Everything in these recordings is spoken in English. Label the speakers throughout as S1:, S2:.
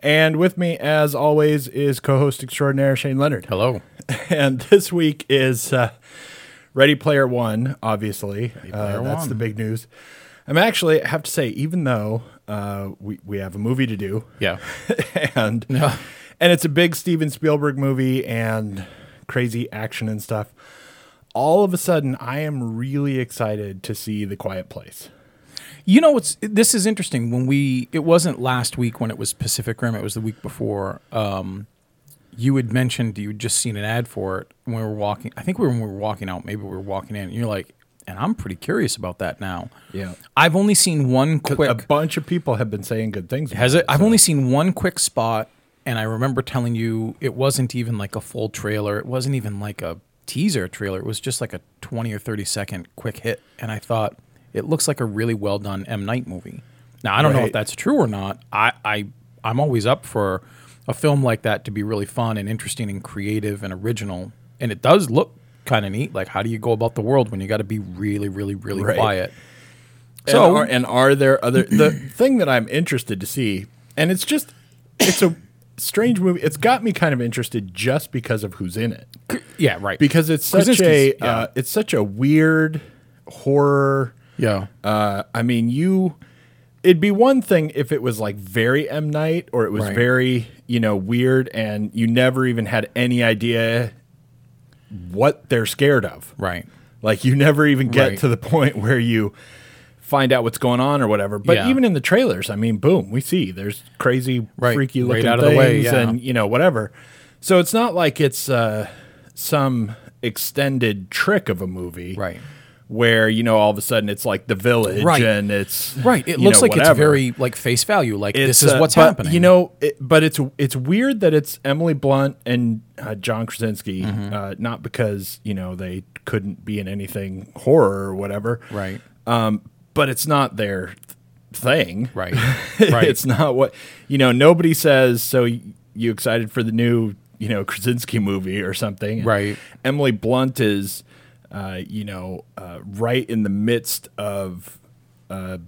S1: And with me, as always, is co host extraordinaire Shane Leonard.
S2: Hello.
S1: And this week is uh, Ready Player One, obviously.
S2: Player
S1: Uh, that's
S2: One.
S1: the big news. I'm actually, I have to say, even though uh, we, we have a movie to do,
S2: Yeah.
S1: and and it's a big Steven Spielberg movie and crazy action and stuff. All of a sudden, I am really excited to see The Quiet Place.
S2: You know what's this is interesting when we it wasn't last week when it was Pacific Rim, it was the week before. Um you had mentioned you had just seen an ad for it when we were walking. I think we were, when we were walking out, maybe we were walking in, and you're like, and I'm pretty curious about that now.
S1: Yeah.
S2: I've only seen one quick
S1: A bunch of people have been saying good things. about
S2: Has it? I've only seen one quick spot, and I remember telling you it wasn't even like a full trailer. It wasn't even like a teaser trailer. It was just like a 20 or 30 second quick hit. And I thought, it looks like a really well done M. Night movie. Now, I don't know
S1: Right.
S2: if that's true or not. I, I, I'm always up for a film like that to be really fun and interesting and creative and original. And it does look kind of neat. Like, how do you go about the world when you got to be really, really, really
S1: Right.
S2: quiet? uh,
S1: So and
S2: So-
S1: are, and are there other the thing that I'm interested to see, and it's just it's a strange movie. It's got me kind of interested just because of who's in it,
S2: Yeah, right.
S1: because it's such a
S2: Krasinski's- yeah.
S1: uh, it's such a weird horror.
S2: yeah.
S1: Uh, I mean, you. It'd be one thing if it was like very M Night, or it was
S2: Right.
S1: very you know weird, and you never even had any idea what they're scared of.
S2: Right.
S1: Like you never even get
S2: Right.
S1: to the point where you find out what's going on or whatever. But
S2: Yeah.
S1: even in the trailers, I mean, boom, we see there's crazy,
S2: Right.
S1: freaky
S2: Right
S1: looking
S2: out of
S1: things
S2: the way, yeah.
S1: and you know whatever. So it's not like it's uh, some extended trick of a movie,
S2: Right.
S1: Where you know all of a sudden it's like the village
S2: Right.
S1: and it's
S2: Right. It
S1: you
S2: looks
S1: know,
S2: like
S1: whatever.
S2: it's very like face value. Like
S1: It's,
S2: this is
S1: uh,
S2: what's
S1: but,
S2: happening.
S1: You know, it, but it's it's weird that it's Emily Blunt and uh, John Krasinski,
S2: Mm-hmm.
S1: uh, not because you know they couldn't be in anything horror or whatever,
S2: Right.
S1: Um, but it's not their th- thing,
S2: Right. Right.
S1: it's not what you know. Nobody says so. y- You excited for the new you know Krasinski movie or something? And
S2: Right.
S1: Emily Blunt is, uh, you know, uh, right in the midst of. Uh,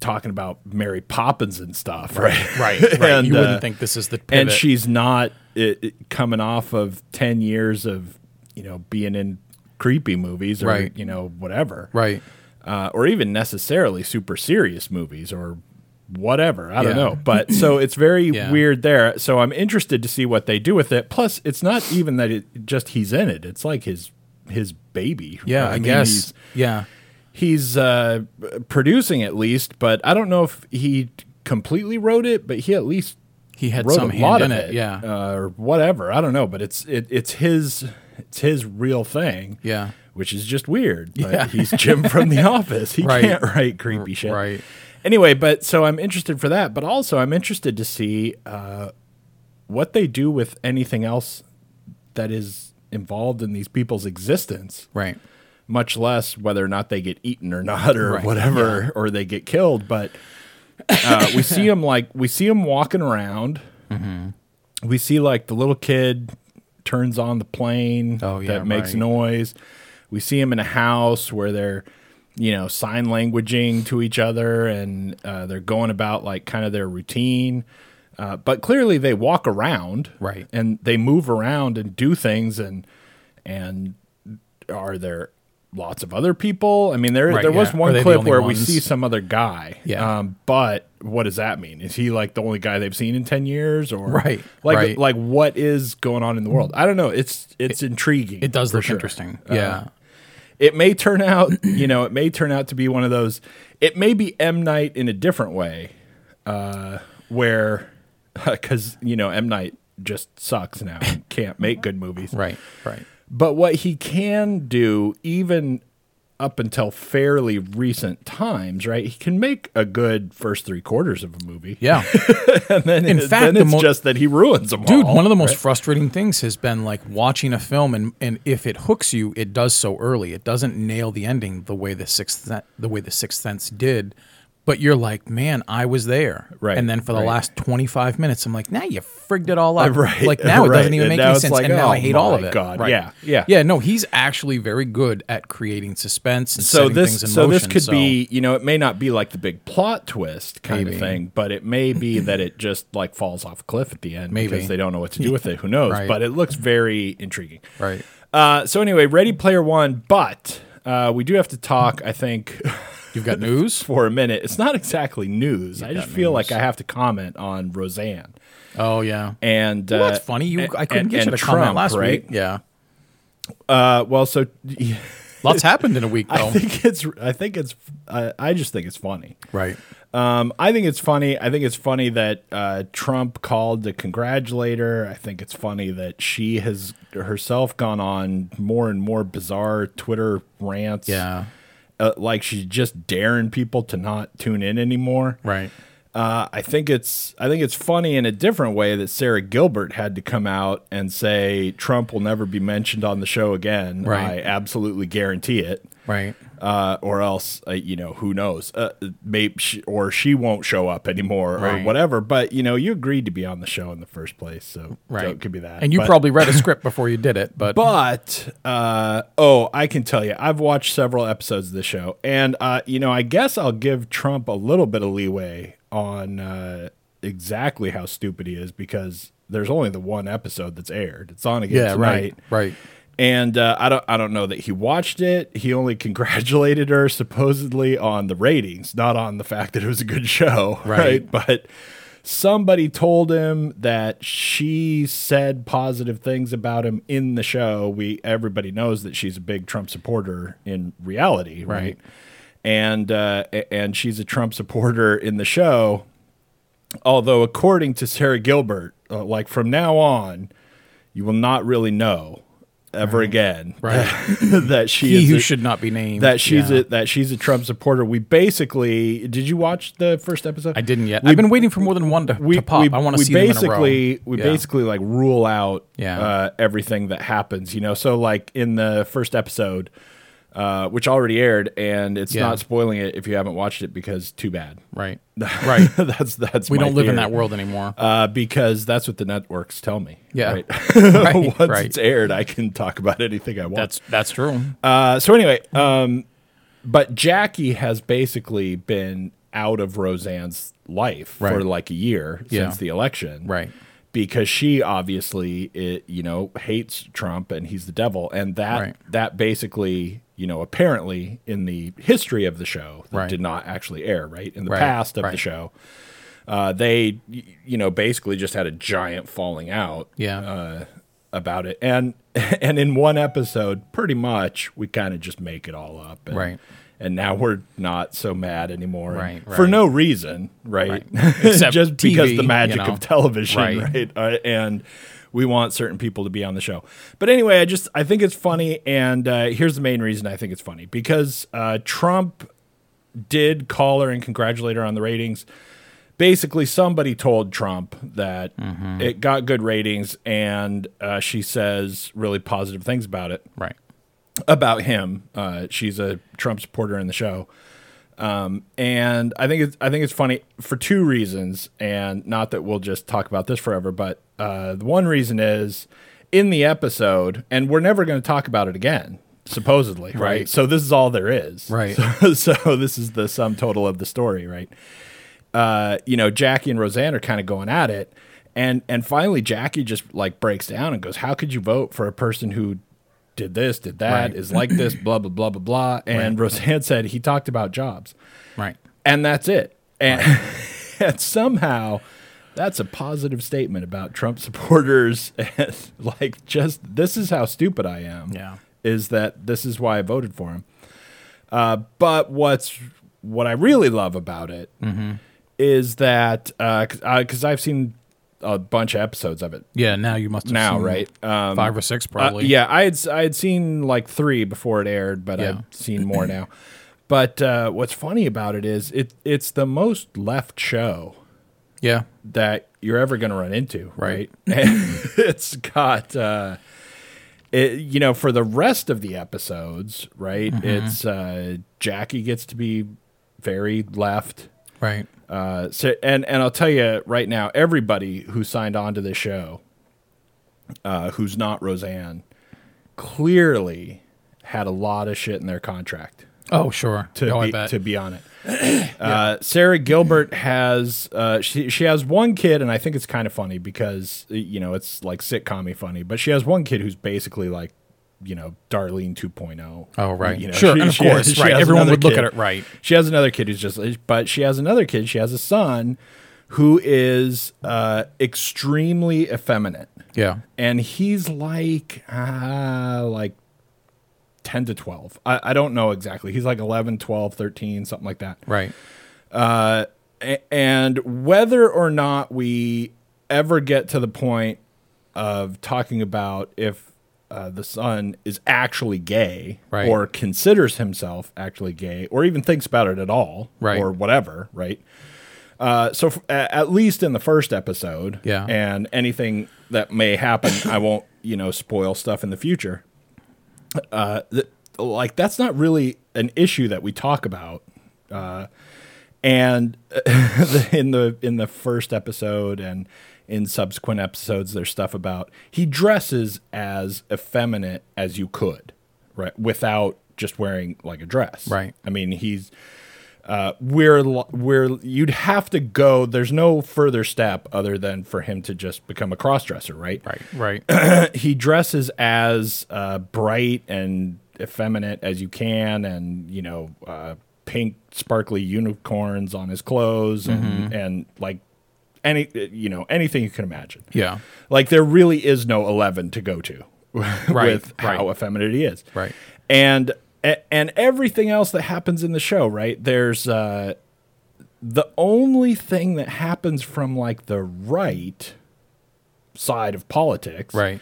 S1: talking about Mary Poppins and stuff, right?
S2: right. Right.
S1: And,
S2: you wouldn't
S1: uh,
S2: think this is the pivot.
S1: and she's not it, it- coming off of 10 years of you know being in creepy movies or
S2: Right.
S1: you know whatever
S2: right.
S1: uh, or even necessarily super serious movies or whatever i don't
S2: Yeah.
S1: know but so it's very
S2: Yeah.
S1: weird there so i'm interested to see what they do with it plus it's not even that it just he's in it it's like his his baby
S2: Yeah. I,
S1: mean,
S2: guess.
S1: he's-
S2: Yeah.
S1: he's uh, producing at least, but I don't know if he completely wrote it, but he at least
S2: He had
S1: wrote
S2: some
S1: a
S2: hand
S1: lot
S2: in
S1: of
S2: it, yeah.
S1: uh, or whatever. I don't know, but it's it, it's his it's his real thing,
S2: Yeah.
S1: which is just weird. But
S2: Yeah.
S1: he's Jim from The Office. He
S2: Right.
S1: can't write creepy shit,
S2: right.
S1: Anyway, but so I'm interested for that, but also I'm interested to see uh, what they do with anything else that is involved in these people's existence
S2: Right.
S1: much less whether or not they get eaten or not or
S2: Right,
S1: whatever or they get killed but uh, we see him like we see him walking around
S2: Mm-hmm.
S1: we see like the little kid turns on the plane
S2: Oh, yeah,
S1: that makes
S2: right.
S1: noise we see him in a house where they're you know sign languaging to each other and uh, they're going about like kind of their routine uh, but clearly they walk around
S2: Right.
S1: and they move around and do things and and are there lots of other people? I mean, there
S2: Right,
S1: there was
S2: yeah. Are
S1: one
S2: they the
S1: clip
S2: only
S1: where we
S2: ones?
S1: see some other guy.
S2: Yeah.
S1: Um, but what does that mean? Is he like the only guy they've seen in ten years, or
S2: Right,
S1: Like
S2: right.
S1: like what is going on in the world? I don't know. It's it's intriguing.
S2: It does
S1: for
S2: look
S1: sure.
S2: interesting.
S1: Uh,
S2: yeah.
S1: It may turn out, you know, it may turn out to be one of those. It may be M Night in a different way, uh, where because you know M Night just sucks now and can't make good movies,
S2: Right. Right.
S1: but what he can do, even up until fairly recent times, right? He can make a good first three quarters of a movie.
S2: Yeah.
S1: and then,
S2: In
S1: it-
S2: fact,
S1: then
S2: the
S1: it's
S2: mo-
S1: just that he ruins them
S2: Dude,
S1: all,
S2: one of the most
S1: right?
S2: frustrating things has been like watching a film and, and if it hooks you, it does so early. It doesn't nail the ending the way the sixth Sen- the way the sixth sense did. But you're like, man, I was there.
S1: Right,
S2: And then for the
S1: right.
S2: last 25 minutes, I'm like, now you frigged it all up.
S1: Right,
S2: Like now it
S1: right.
S2: doesn't even
S1: And
S2: make
S1: now
S2: any
S1: it's
S2: sense.
S1: like,
S2: and now
S1: oh
S2: I hate all of
S1: my
S2: it.
S1: God, yeah, yeah.
S2: Yeah. No, he's actually very good at creating suspense and
S1: so
S2: setting
S1: this
S2: things in
S1: so
S2: motion.
S1: this could be you know it may not be like the big plot twist kind
S2: Maybe.
S1: of thing but it may be that it just like falls off a cliff at the end
S2: Maybe.
S1: because they don't know what to do with it who knows
S2: Right.
S1: but it looks very intriguing
S2: right.
S1: uh, so anyway ready player one but uh, we do have to talk i think
S2: You've got news.
S1: for a minute it's not exactly news i just feel like i have to comment on roseanne
S2: Oh yeah.
S1: and uh,
S2: Well, that's funny. You, I couldn't
S1: and-
S2: get you
S1: and
S2: to comment
S1: Trump,
S2: last
S1: right?
S2: week. Yeah.
S1: uh, well so
S2: Lots happened in a week, though.
S1: i think it's i think it's uh, i just think it's funny
S2: right.
S1: Um, I think it's funny. I think it's funny that uh, Trump called to congratulate her. I think it's funny that she has herself gone on more and more bizarre Twitter rants.
S2: Yeah.
S1: Uh, like she's just daring people to not tune in anymore.
S2: Right.
S1: Uh, I think it's I think it's funny in a different way that Sarah Gilbert had to come out and say Trump will never be mentioned on the show again.
S2: Right.
S1: I absolutely guarantee it
S2: Right.
S1: uh, or else uh, you know who knows uh, maybe she, or she won't show up anymore or
S2: Right.
S1: whatever but you know you agreed to be on the show in the first place so
S2: Right.
S1: it could be that
S2: And you
S1: but,
S2: probably read a script before you did it, but,
S1: but uh, oh i can tell you i've watched several episodes of the show and uh, you know i guess i'll give trump a little bit of leeway on uh, exactly how stupid he is because there's only the one episode that's aired it's on again
S2: yeah, right,
S1: tonight
S2: right.
S1: and uh, I don't I don't know that he watched it. He only congratulated her supposedly on the ratings, not on the fact that it was a good show,
S2: Right.
S1: But somebody told him that she said positive things about him in the show. We everybody knows that she's a big Trump supporter in reality, right?
S2: Right.
S1: And uh, a- and she's a Trump supporter in the show. Although, according to Sarah Gilbert, uh, like from now on, you will not really know ever again
S2: Right.
S1: that she
S2: He
S1: is
S2: who
S1: a,
S2: should not be named.
S1: that she's
S2: yeah.
S1: a that she's a Trump supporter. We basically did you watch the first episode?
S2: I didn't yet. I've been waiting for more than one to, to pop. I want to
S1: we
S2: see
S1: basically
S2: them in a row.
S1: we
S2: Yeah.
S1: basically like rule out
S2: Yeah.
S1: uh, everything that happens. You know, so like in the first episode, uh, which already aired, and it's
S2: Yeah.
S1: not spoiling it if you haven't watched it because too bad.
S2: right, right.
S1: that's that's
S2: We
S1: my
S2: don't live in
S1: theory.
S2: that world anymore.
S1: Uh, because that's what the networks tell me.
S2: Yeah.
S1: Right? Once
S2: Right, right.
S1: it's aired, I can talk about anything I want.
S2: that's that's true.
S1: Uh, so anyway, um, but Jackie has basically been out of Roseanne's life for
S2: Right.
S1: like a year
S2: Yeah.
S1: since the election,
S2: Right.
S1: Because she obviously, it, you know, hates Trump and he's the devil, and that
S2: Right.
S1: that basically, you know, apparently in the history of the show that
S2: Right.
S1: did not actually air, right? In the
S2: Right,
S1: past of the
S2: right.
S1: show, uh, they, y- you know, basically just had a giant falling out,
S2: Yeah.
S1: uh, about it. And and in one episode, pretty much we kind of just make it all up. And,
S2: Right.
S1: And now we're not so mad anymore.
S2: Right,
S1: For
S2: right.
S1: no reason, right?
S2: Except
S1: just because
S2: TV,
S1: the magic
S2: you know.
S1: of television,
S2: Right.
S1: right? Uh, and we want certain people to be on the show. But anyway, I just I think it's funny and uh, here's the main reason I think it's funny because uh, Trump did call her and congratulate her on the ratings. Basically, somebody told Trump that it got good ratings, and uh, she says really positive things about it
S2: Right.
S1: about him. Uh, she's a Trump supporter in the show, um, and I think it's I think it's funny for two reasons, and not that we'll just talk about this forever, but uh, the one reason is in the episode, and we're never going to talk about it again, supposedly, right?
S2: Right.
S1: So this is all there is,
S2: Right.
S1: So, so this is the sum total of the story, right? Uh, you know, Jackie and Roseanne are kind of going at it. And and finally Jackie just like breaks down and goes, How could you vote for a person who did this, did that, is like
S2: Right.
S1: this, blah, blah, blah, blah, blah. And Roseanne said he talked about jobs.
S2: Right.
S1: And that's it. And, and somehow that's a positive statement about Trump supporters. And like just this is how stupid I am.
S2: Yeah.
S1: Is that this is why I voted for him. Uh, but what's
S2: Mm-hmm.
S1: uh, what I really love about it is that because I because I've seen a bunch of episodes of it Uh,
S2: Yeah, now you must have
S1: now,
S2: seen
S1: right? Um,
S2: five or six probably.
S1: Uh, yeah, I had s- I had seen like three before it aired, but
S2: Yeah.
S1: I've seen more now. But uh, what's funny about it is it it's the most left show
S2: yeah,
S1: that you're ever going to run into,
S2: Right.
S1: And it's got uh, it, you know for the rest of the episodes, right? It's uh, Jackie gets to be very left.
S2: right.
S1: Uh, so, and and I'll tell you right now, everybody who signed on to this show, uh, who's not Roseanne, clearly had a lot of shit in their contract
S2: Oh sure.
S1: to
S2: oh, I
S1: be,
S2: bet.
S1: to be on it. uh, Sarah Gilbert has uh, she she has one kid, and I think it's kind of funny because you know it's like sitcommy funny, but she has one kid who's basically like you know Darlene 2.0.
S2: oh right.
S1: You know,
S2: sure.
S1: she-
S2: and of
S1: she has-
S2: course,
S1: she
S2: right.
S1: has
S2: Everyone
S1: another
S2: would look
S1: kid.
S2: at it right.
S1: She has another kid who's just, but she has another kid. She has a son who is uh, extremely effeminate,
S2: Yeah.
S1: and he's like, uh, like. 10 to 12. I, I don't know exactly. He's like 11, 12, 13, something like that.
S2: Right.
S1: A- and whether or not we ever get to the point of talking about if uh, the son is actually gay
S2: Right.
S1: or considers himself actually gay or even thinks about it at all
S2: Right.
S1: or whatever, right? Uh, so, f- a- at least in the first episode,
S2: Yeah.
S1: and anything that may happen, I won't, you know, spoil stuff in the future. Uh, th- like, that's not really an issue that we talk about Uh, and in the in the first episode and in subsequent episodes there's stuff about he dresses as effeminate as you could right without just wearing like a dress
S2: Right.
S1: i mean he's uh, we're lo- we're you'd have to go there's no further step other than for him to just become a crossdresser right
S2: Right. Right.
S1: he dresses as uh, bright and effeminate as you can, and you know, uh, pink sparkly unicorns on his clothes, and
S2: Mm-hmm.
S1: and like any you know anything you can imagine.
S2: yeah.
S1: Like there really is no eleven to go to with how
S2: right.
S1: effeminate he is,
S2: Right.
S1: And a- and everything else that happens in the show, right? There's uh, the only thing that happens from like the right side of politics,
S2: Right.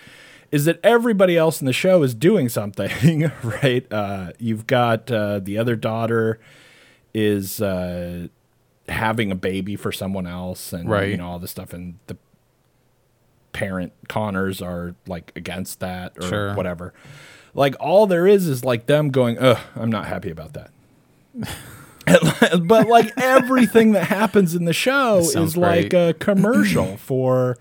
S1: is that everybody else in the show is doing something, right? Uh, you've got uh, the other daughter is uh, having a baby for someone else, and you
S2: Right.
S1: know all this stuff, and the parent Connors are like against that or
S2: Sure.
S1: whatever. Like all there is is like them going, "Ugh, I'm not happy about that." but like everything that happens in the show
S2: sounds
S1: is like
S2: right.
S1: a commercial for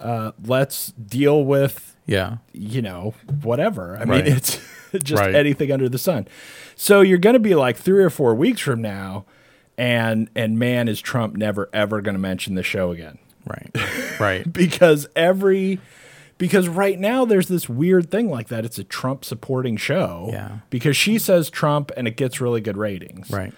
S1: uh, let's deal with
S2: Yeah.
S1: you know, whatever. I
S2: Right.
S1: mean, it's just
S2: Right.
S1: anything under the sun. So you're going to be like three or four weeks from now, and and man, is Trump never ever going to mention the show again
S2: Right. Right.
S1: because every because right now there's this weird thing like that. It's a Trump supporting show.
S2: Yeah.
S1: Because she says Trump and it gets really good ratings.
S2: Right.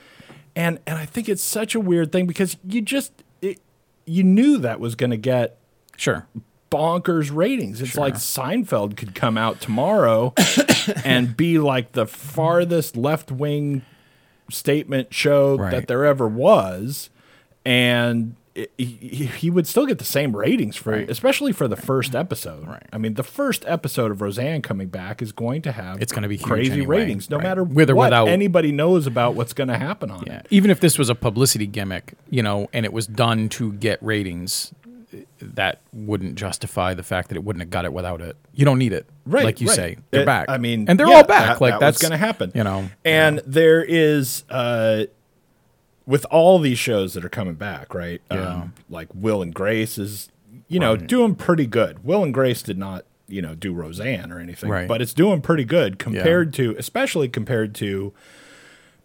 S1: And and I think it's such a weird thing because you just it, you knew that was going to get
S2: Sure.
S1: bonkers ratings. It's like Seinfeld could come out tomorrow and be like the farthest left wing statement show that
S2: Right.
S1: there ever was, and it, he, he would still get the same ratings for, especially for the first episode.
S2: Right.
S1: I mean, the first episode of Roseanne coming back is going to have
S2: It's gonna be huge
S1: crazy
S2: anyway,
S1: ratings, no
S2: right.
S1: matter
S2: With or
S1: what
S2: without-
S1: anybody knows about what's going to happen on
S2: Yeah.
S1: it.
S2: Even if this was a publicity gimmick, you know, and it was done to get ratings, that wouldn't justify the fact that it wouldn't have got it without it. You don't need it.
S1: Right,
S2: Like you
S1: right.
S2: say, they're
S1: Uh,
S2: back.
S1: I mean,
S2: and they're
S1: yeah,
S2: all back.
S1: that-
S2: like
S1: that was
S2: that's
S1: going to happen.
S2: You know,
S1: and there is uh, with all these shows that are coming back, right? Um, like Will and Grace is, you know, doing pretty good. Will and Grace did not, you know, do Roseanne or anything,
S2: Right.
S1: but it's doing pretty good compared to, especially compared to,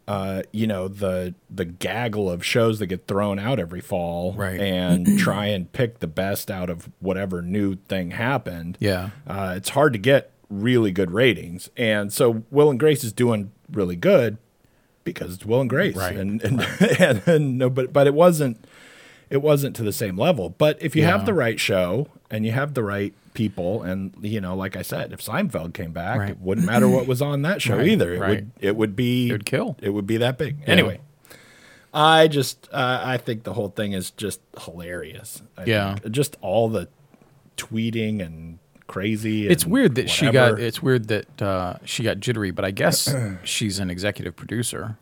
S1: uh, you know, the the gaggle of shows that get thrown out every fall,
S2: Right.
S1: And try and pick the best out of whatever new thing happened
S2: yeah,
S1: uh, it's hard to get really good ratings. And so Will and Grace is doing really good because it's Will and Grace,
S2: Right,
S1: and and, and, and no, but but it wasn't it wasn't to the same level. But if you have
S2: Yeah.
S1: the right show and you have the right people, and you know, like I said, if Seinfeld came back,
S2: Right.
S1: it wouldn't matter what was on that show
S2: Right,
S1: either. It
S2: right.
S1: would it would be it
S2: would kill.
S1: It would be that big anyway. I just uh, I think the whole thing is just hilarious. I
S2: Yeah.
S1: think. just all the tweeting and crazy.
S2: It's
S1: and
S2: weird that she
S1: whatever.
S2: got. It's weird that uh, she got jittery, but I guess she's an executive producer,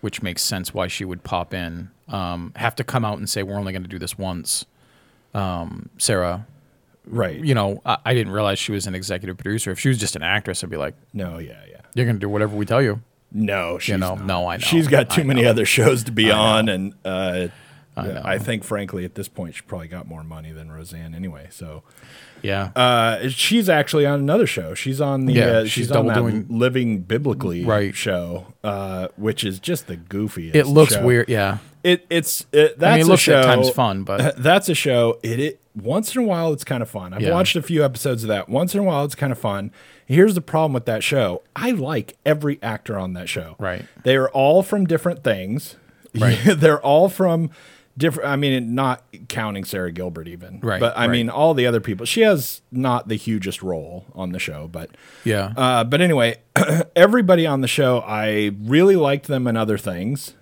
S2: which makes sense why she would pop in. Um, have to come out and say we're only going to do this once, um, Sarah.
S1: right.
S2: You know, I, I didn't realize she was an executive producer. If she was just an actress, I'd be like,
S1: No, yeah, yeah.
S2: you're going to do whatever we tell you.
S1: No, she's
S2: You know,
S1: not.
S2: no, I know.
S1: She's got too
S2: I
S1: many
S2: know.
S1: other shows to be on, and uh, I,
S2: know.
S1: think, frankly, at this point, she probably got more money than Roseanne anyway. So
S2: Yeah,
S1: uh, she's actually on another show. She's on the
S2: Yeah,
S1: uh,
S2: she's
S1: she's, on
S2: double
S1: that
S2: doing-
S1: Living Biblically
S2: Right.
S1: show, uh, which is just the goofiest.
S2: it looks
S1: show.
S2: weird. Yeah,
S1: It it's it, that's
S2: I mean, it
S1: a
S2: looks
S1: show.
S2: at times fun, but
S1: That's a show. It, it once in a while it's kind of fun. I've
S2: Yeah.
S1: watched a few episodes of that. Once in a while it's kind of fun. Here's the problem with that show. I like every actor on that show.
S2: Right.
S1: They are all from different things.
S2: Right.
S1: They're all from different I mean not counting Sarah Gilbert even.
S2: Right,
S1: But I
S2: right.
S1: mean all the other people. She has not the hugest role on the show, but
S2: yeah,
S1: uh, but anyway, everybody on the show, I really liked them in other things.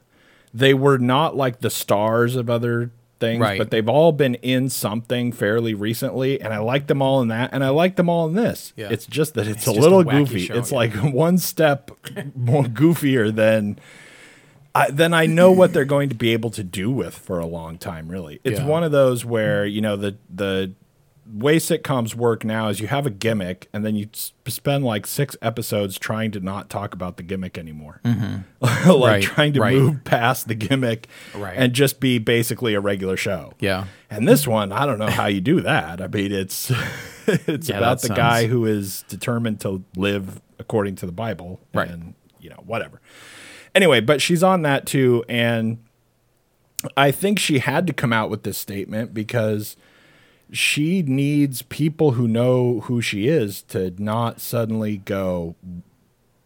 S1: They were not like the stars of other things,
S2: Right.
S1: but they've all been in something fairly recently, and I liked them all in that, and I liked them all in this.
S2: Yeah.
S1: It's just that it's, a
S2: just a
S1: little
S2: wacky
S1: goofy.
S2: show,
S1: it's
S2: yeah.
S1: like one step more goofier than. I, then I know what they're going to be able to do with for a long time. Really, it's
S2: Yeah.
S1: one of those where you know the the way sitcoms work now is you have a gimmick and then you s- spend like six episodes trying to not talk about the gimmick anymore, like
S2: Mm-hmm. Right,
S1: trying to
S2: right.
S1: move past the gimmick
S2: Right.
S1: and just be basically a regular show.
S2: yeah,
S1: And this one, I don't know how you do that. I mean, it's it's
S2: Yeah,
S1: about
S2: that
S1: the
S2: sounds-
S1: guy who is determined to live according to the Bible,
S2: Right.
S1: And you know, whatever. Anyway, but she's on that too, and I think she had to come out with this statement because she needs people who know who she is to not suddenly go.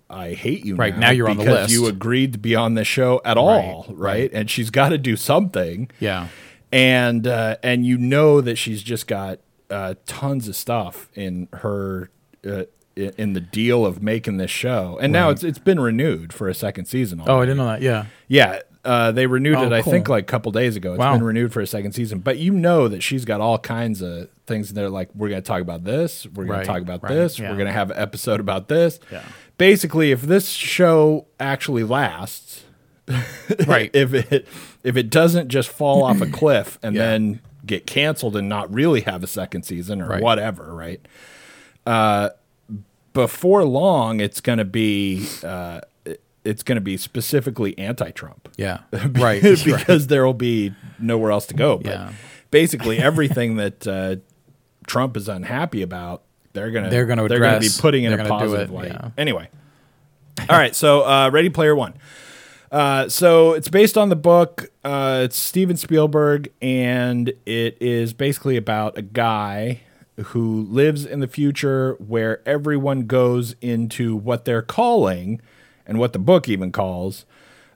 S1: I hate you.
S2: Right,
S1: now,
S2: now you're on the
S1: because
S2: list."
S1: You agreed to be on the show at all, right? And she's got to do something
S2: yeah,
S1: and uh, and you know that she's just got uh, tons of stuff in her uh, i- in the deal of making this show, and now it's it's been renewed for a second season.
S2: Oh, I
S1: already.
S2: didn't know that. Yeah,
S1: yeah. Uh, they renewed
S2: Oh,
S1: it, I
S2: cool.
S1: think, like a couple days ago. It's
S2: Wow.
S1: been renewed for a second season, but you know that she's got all kinds of things. They're like, we're going to talk about this. We're going
S2: Right,
S1: to talk about
S2: right,
S1: this.
S2: yeah.
S1: We're going to have an episode about this.
S2: Yeah.
S1: Basically, if this show actually lasts,
S2: right.
S1: if it if it doesn't just fall off a cliff and
S2: Yeah.
S1: then get canceled and not really have a second season or
S2: Right.
S1: whatever, right? Uh, before long, it's going to be uh, it- it's going to be specifically anti-Trump
S2: yeah, right.
S1: because
S2: right.
S1: there will be nowhere else to go. But
S2: Yeah.
S1: basically, everything that uh, Trump is unhappy about, they're gonna
S2: They're gonna
S1: they're gonna be
S2: address,
S1: putting in
S2: they're
S1: a
S2: gonna do
S1: positive
S2: it,
S1: light.
S2: yeah.
S1: Anyway, all right. So, uh, Ready Player One. Uh, so it's based on the book. Uh, it's Steven Spielberg, and it is basically about a guy who lives in the future where everyone goes into what they're calling, and what the book even calls,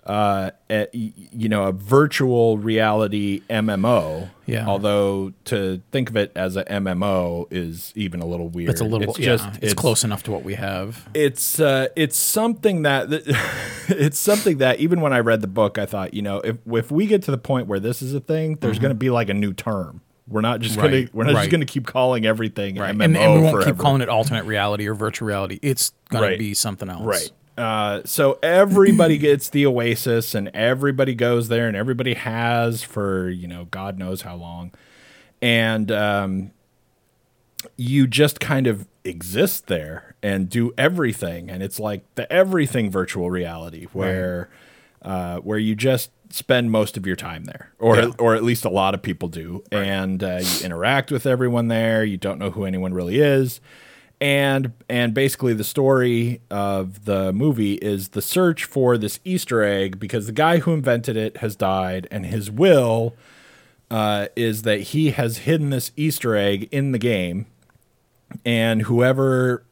S1: uh, a- y- you know, a virtual reality MMO.
S2: Yeah.
S1: Although to think of it as a MMO is even a little weird.
S2: It's a little, yeah,
S1: just
S2: it's, close enough to what we have.
S1: it's uh, it's something that it's something that even when I read the book, I thought, you know, if if we get to the point where this is a thing, there's going to be like a new term. We're not just gonna
S2: Mm-hmm. Right,
S1: we're not just
S2: right.
S1: gonna keep calling everything MMO
S2: and, and we won't
S1: forever.
S2: keep calling it alternate reality or virtual reality. It's gonna
S1: Right.
S2: be something else.
S1: Right. Uh, so everybody gets the oasis, and everybody goes there, and everybody has for you know God knows how long, and um, you just kind of exist there and do everything, and it's like the everything virtual reality where uh, where you just spend most of your time there, or
S2: Yeah.
S1: or at least a lot of people do, and uh, you interact with everyone there. You don't know who anyone really is, and and basically the story of the movie is the search for this Easter egg because the guy who invented it has died, and his will uh, is that he has hidden this Easter egg in the game, and whoever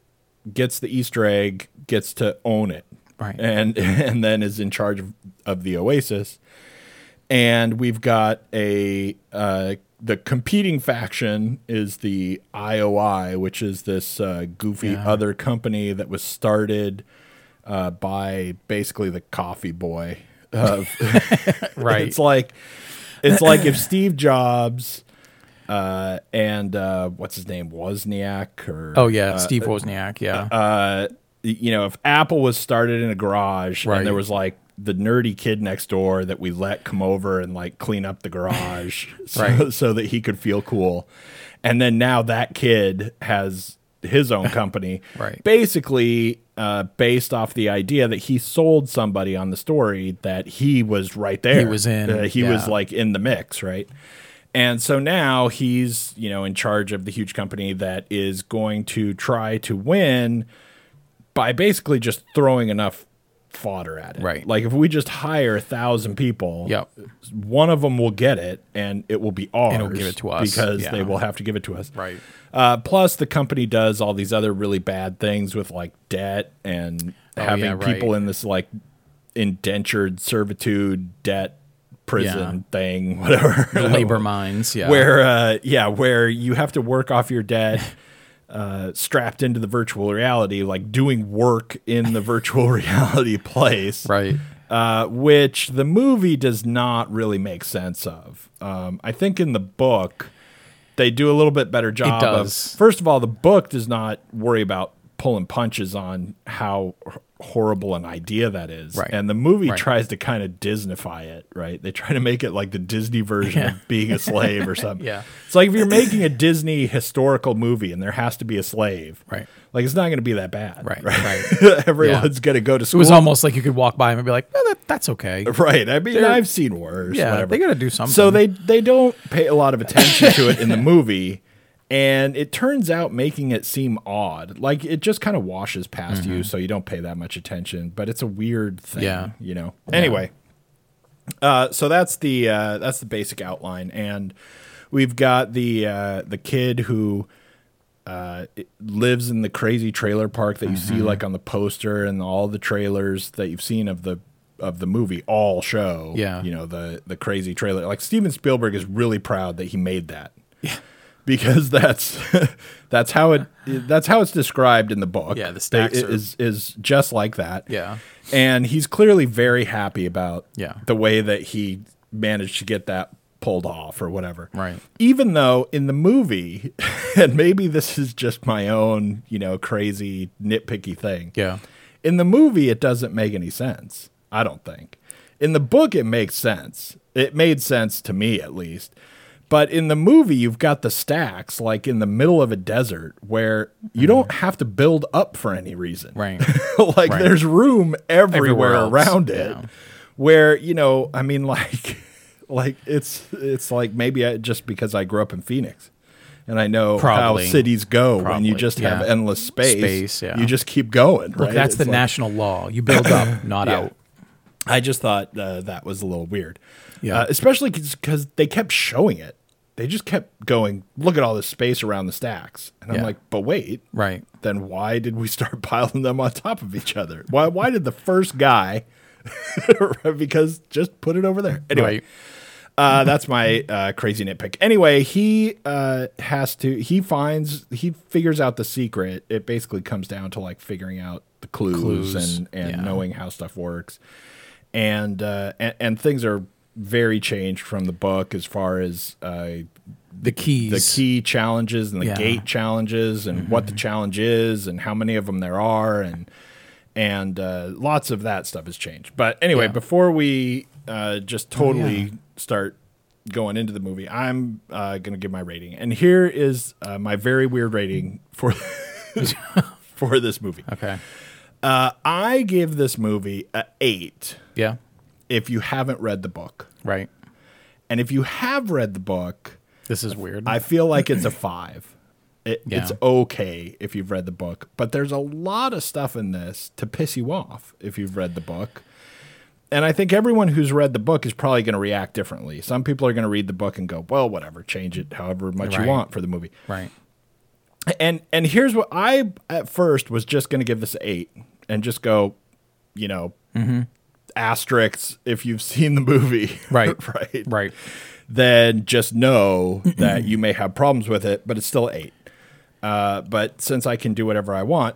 S1: gets the Easter egg gets to own it,
S2: Right.
S1: And and then is in charge of, of the Oasis, and we've got a uh, the competing faction is the IOI, which is this uh, goofy
S2: Yeah.
S1: other company that was started uh, by basically the coffee boy. Uh,
S2: right.
S1: it's like it's like if Steve Jobs uh, and uh, what's his name Wozniak or
S2: oh yeah,
S1: uh,
S2: Steve Wozniak. Yeah,
S1: uh, you know, if Apple was started in a garage
S2: Right.
S1: and there was like the nerdy kid next door that we let come over and like clean up the garage so,
S2: Right.
S1: so that he could feel cool. And then now that kid has his own company.
S2: Right.
S1: Basically, uh, based off the idea that he sold somebody on the story that he was right there.
S2: was in,
S1: Uh, he was
S2: yeah.
S1: like in the mix, right? And so now he's, you know, in charge of the huge company that is going to try to win by basically just throwing enough fodder at it.
S2: Right.
S1: Like if we just hire a thousand people,
S2: Yep.
S1: one of them will get it and it will be ours.
S2: it'll give it to us,
S1: Because
S2: yeah.
S1: they will have to give it to us.
S2: Right.
S1: Uh, plus the company does all these other really bad things with like debt and
S2: Oh,
S1: having
S2: yeah, right.
S1: people in this like indentured servitude debt prison thing, whatever.
S2: the labor mines. Yeah,
S1: uh, where uh, yeah, where you have to work off your debt, uh, strapped into the virtual reality, like doing work in the virtual reality place,
S2: right.
S1: Uh, which the movie does not really make sense of. Um, I think in the book they do a little bit better job.
S2: does.
S1: Of, first of all, the book does not worry about pulling punches on how h- horrible an idea that is,
S2: Right.
S1: and the movie
S2: Right.
S1: tries to kind of Disneyfy it. Right? They try to make it like the Disney version of being a slave or something.
S2: Yeah.
S1: It's like if you're making a Disney historical movie and there has to be a slave,
S2: Right.
S1: Like it's not going to be that bad,
S2: Right, right.
S1: Everyone's going to go to
S2: It
S1: school.
S2: was almost like you could walk by him and be like, well, that, "That's okay."
S1: Right. I mean,
S2: They're-
S1: I've seen worse.
S2: Yeah,
S1: whatever.
S2: they gotta do something.
S1: So they they don't pay a lot of attention to it in the movie, and it turns out making it seem odd. Like it just kind of washes past you, so you don't pay that much attention. But it's a weird thing.
S2: Mm-hmm. Yeah.
S1: You know. Anyway. Uh, so that's the uh, that's the basic outline, and we've got the uh, the kid who uh, it lives in the crazy trailer park that you see
S2: Mm-hmm.
S1: like on the poster and all the trailers that you've seen of the of the movie all show
S2: Yeah.
S1: you know the the crazy trailer like steven spielberg is really proud that he made that yeah because that's that's how it that's how it's described in the book
S2: Yeah, the stacks
S1: It
S2: are-
S1: is is just like that
S2: Yeah.
S1: and he's clearly very happy about
S2: Yeah.
S1: the way that he managed to get that pulled off or whatever
S2: Right.
S1: even though in the movie, and maybe this is just my own, you know, crazy nitpicky thing.
S2: Yeah.
S1: In the movie, it doesn't make any sense. I don't think. In the book, it makes sense. It made sense to me, at least. But in the movie, you've got the stacks like in the middle of a desert where you don't have to build up for any reason.
S2: Mm-hmm. Right.
S1: like
S2: Right.
S1: there's room everywhere,
S2: Everywhere else,
S1: around it.
S2: yeah.
S1: Where you know, I mean, like, like it's it's like maybe I, just because I grew up in Phoenix. And I know
S2: Probably.
S1: how cities go when you
S2: Probably,
S1: just have
S2: yeah.
S1: endless space.
S2: Space, yeah.
S1: You just keep going.
S2: Look,
S1: right?
S2: that's the
S1: It's like-
S2: national law. You build up, not
S1: Yeah.
S2: out.
S1: I just thought uh, that was a little weird.
S2: Yeah.
S1: Uh, especially because they kept showing it. They just kept going, look at all this space around the stacks. And I'm
S2: Yeah.
S1: like, but wait.
S2: Right.
S1: Then why did we start piling them on top of each other? Why, why did the first guy, because just put it over there. Anyway,
S2: Right.
S1: uh, that's my uh, crazy nitpick. Anyway, he uh, has to. He finds. He figures out the secret. It basically comes down to like figuring out the clues,
S2: Clues,
S1: and and
S2: yeah.
S1: knowing how stuff works, and, uh, and and things are very changed from the book as far as uh,
S2: The keys.
S1: the key challenges and the
S2: Yeah. Mm-hmm.
S1: gate challenges and what the challenge is and how many of them there are and and uh, lots of that stuff has changed. But anyway,
S2: Yeah. Oh,
S1: before we uh, just totally start going into the movie, I'm uh, going to give my rating, and here is uh, my very weird rating for for this movie.
S2: Okay.
S1: Uh, I give this movie a eight
S2: Yeah.
S1: if you haven't read the book,
S2: Right.
S1: and if you have read the book.
S2: This is weird.
S1: I feel like it's a five. It,
S2: Yeah.
S1: It's okay if you've read the book, but there's a lot of stuff in this to piss you off if you've read the book. And I think everyone who's read the book is probably going to react differently. Some people are going to read the book and go, "Well, whatever, change it however much
S2: Right.
S1: you want for the movie."
S2: right.
S1: And and here's what I at first was just going to give this an 8 and just go, you know,
S2: Mm-hmm.
S1: asterisks if you've seen the movie.
S2: Right.
S1: right
S2: Right.
S1: then just know that you may have problems with it, but it's still eight. Uh, but since I can do whatever I want,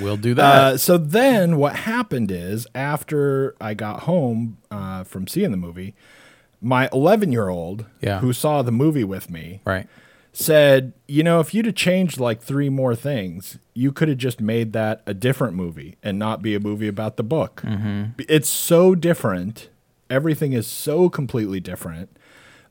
S2: We'll do that.
S1: Uh, so then what happened is after I got home uh, from seeing the movie, my 11 year old
S2: Yeah.
S1: who saw the movie with me
S2: right.
S1: said, you know, if you'd have changed like three more things, you could have just made that a different movie and not be a movie about the book.
S2: Mm-hmm.
S1: B- It's so different. Everything is so completely different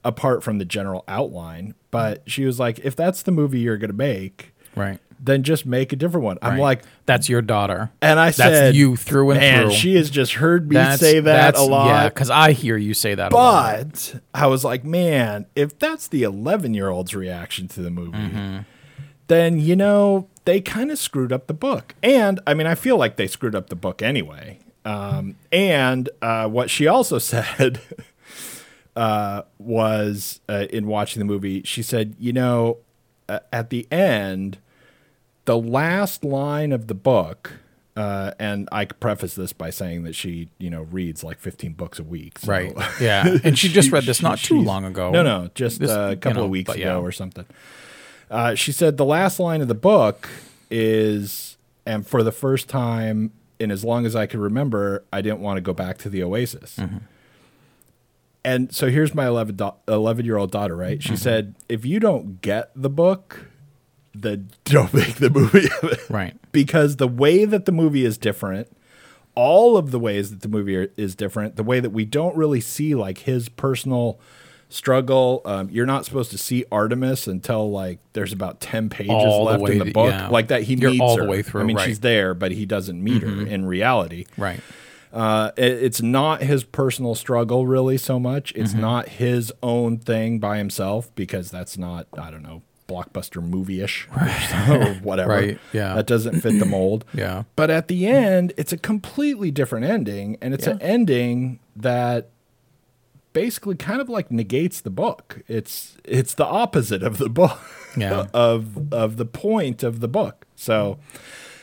S1: apart from the general outline. But she was like, if that's the movie you're going to make,
S2: Right.
S1: then just make a different one. I'm
S2: right.
S1: like,
S2: that's your daughter.
S1: and I
S2: That's
S1: said,
S2: you through and
S1: man,
S2: through.
S1: she has just heard me
S2: That's-
S1: say that
S2: that's-
S1: a lot.
S2: Yeah, because I hear you say that. a lot.
S1: But I was like, man, if that's the 11 year old's reaction to the movie, then, you know, they kind of screwed up the book. And I mean, I feel like they screwed up the book anyway. Um, and uh, what she also said uh, was uh, in watching the movie, she said, you know, uh, at the end, the last line of the book, uh, and I could preface this by saying that she, you know, reads like 15 books a week. so-
S2: right. Yeah, and she just read this
S1: she-
S2: not too
S1: she's-
S2: long ago.
S1: No, no, just
S2: This-
S1: uh, a
S2: you
S1: couple
S2: know,
S1: of weeks
S2: but yeah.
S1: ago or something. Uh, she said the last line of the book is, and for the first time in as long as I can remember, I didn't want to go back to the Oasis.
S2: Mm-hmm.
S1: And so here's my 11, do- 11 year old daughter, right? She
S2: Mm-hmm.
S1: said, if you don't get the book, then don't make the movie of it
S2: Right.
S1: because the way that the movie is different, all of the ways that the movie are, is different, the way that we don't really see like his personal struggle. Um, you're not supposed to see Artemis until like there's about ten pages
S2: All the
S1: left
S2: way
S1: in the
S2: th-
S1: book,
S2: yeah.
S1: like that. He
S2: You're
S1: meets
S2: all the
S1: her.
S2: way through,
S1: I mean,
S2: right. Mm-hmm.
S1: she's there, but he doesn't meet her in reality.
S2: Right.
S1: Uh, it- it's not his personal struggle really so much. It's
S2: Mm-hmm.
S1: not his own thing by himself because that's not I don't know blockbuster movie ish or whatever.
S2: Right, yeah.
S1: that doesn't fit the mold.
S2: Yeah.
S1: But at the end, it's a completely different ending, and it's an ending that basically kind of like negates the book. It's it's the opposite of the book.
S2: Yeah.
S1: of of the point of the book. So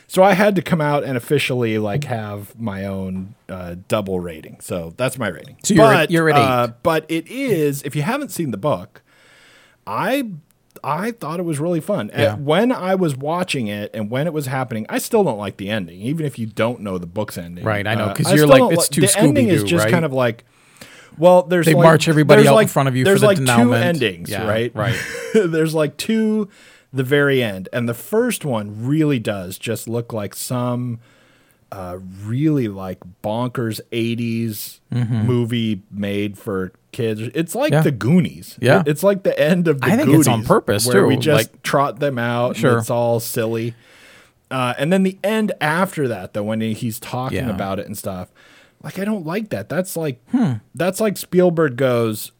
S1: so I had to come out and officially like have my own uh, double rating. So that's my rating.
S2: So you're at-
S1: But,
S2: you're at
S1: uh, but it is if you haven't seen the book, I I thought it was really fun. And
S2: Yeah.
S1: when I was watching it and when it was happening, I still don't like the ending, even if you don't know the book's ending. Uh,
S2: Right, I know, 'cause
S1: I
S2: you're
S1: still
S2: like,
S1: don't
S2: it's
S1: li-
S2: too
S1: The ending is
S2: Scooby-Doo,
S1: just
S2: right?
S1: kind of like, well, there's
S2: They
S1: like-
S2: march everybody
S1: there's
S2: out in
S1: like,
S2: front of you for
S1: There's
S2: the
S1: like two
S2: denouement.
S1: endings,
S2: Yeah,
S1: right?
S2: right.
S1: there's like two, the very end, and the first one really does just look like some uh, really like bonkers 80s movie made for kids. It's like
S2: Mm-hmm. Yeah.
S1: the Goonies.
S2: Yeah.
S1: It- It's like the end of the
S2: I think
S1: Goonies.
S2: it's on purpose,
S1: where
S2: too.
S1: We just
S2: Like-
S1: trot them out
S2: Sure.
S1: and it's all silly. Uh, and then the end after that though when he's talking
S2: Yeah.
S1: about it and stuff. Like I don't like that. That's like that's like Spielberg goes,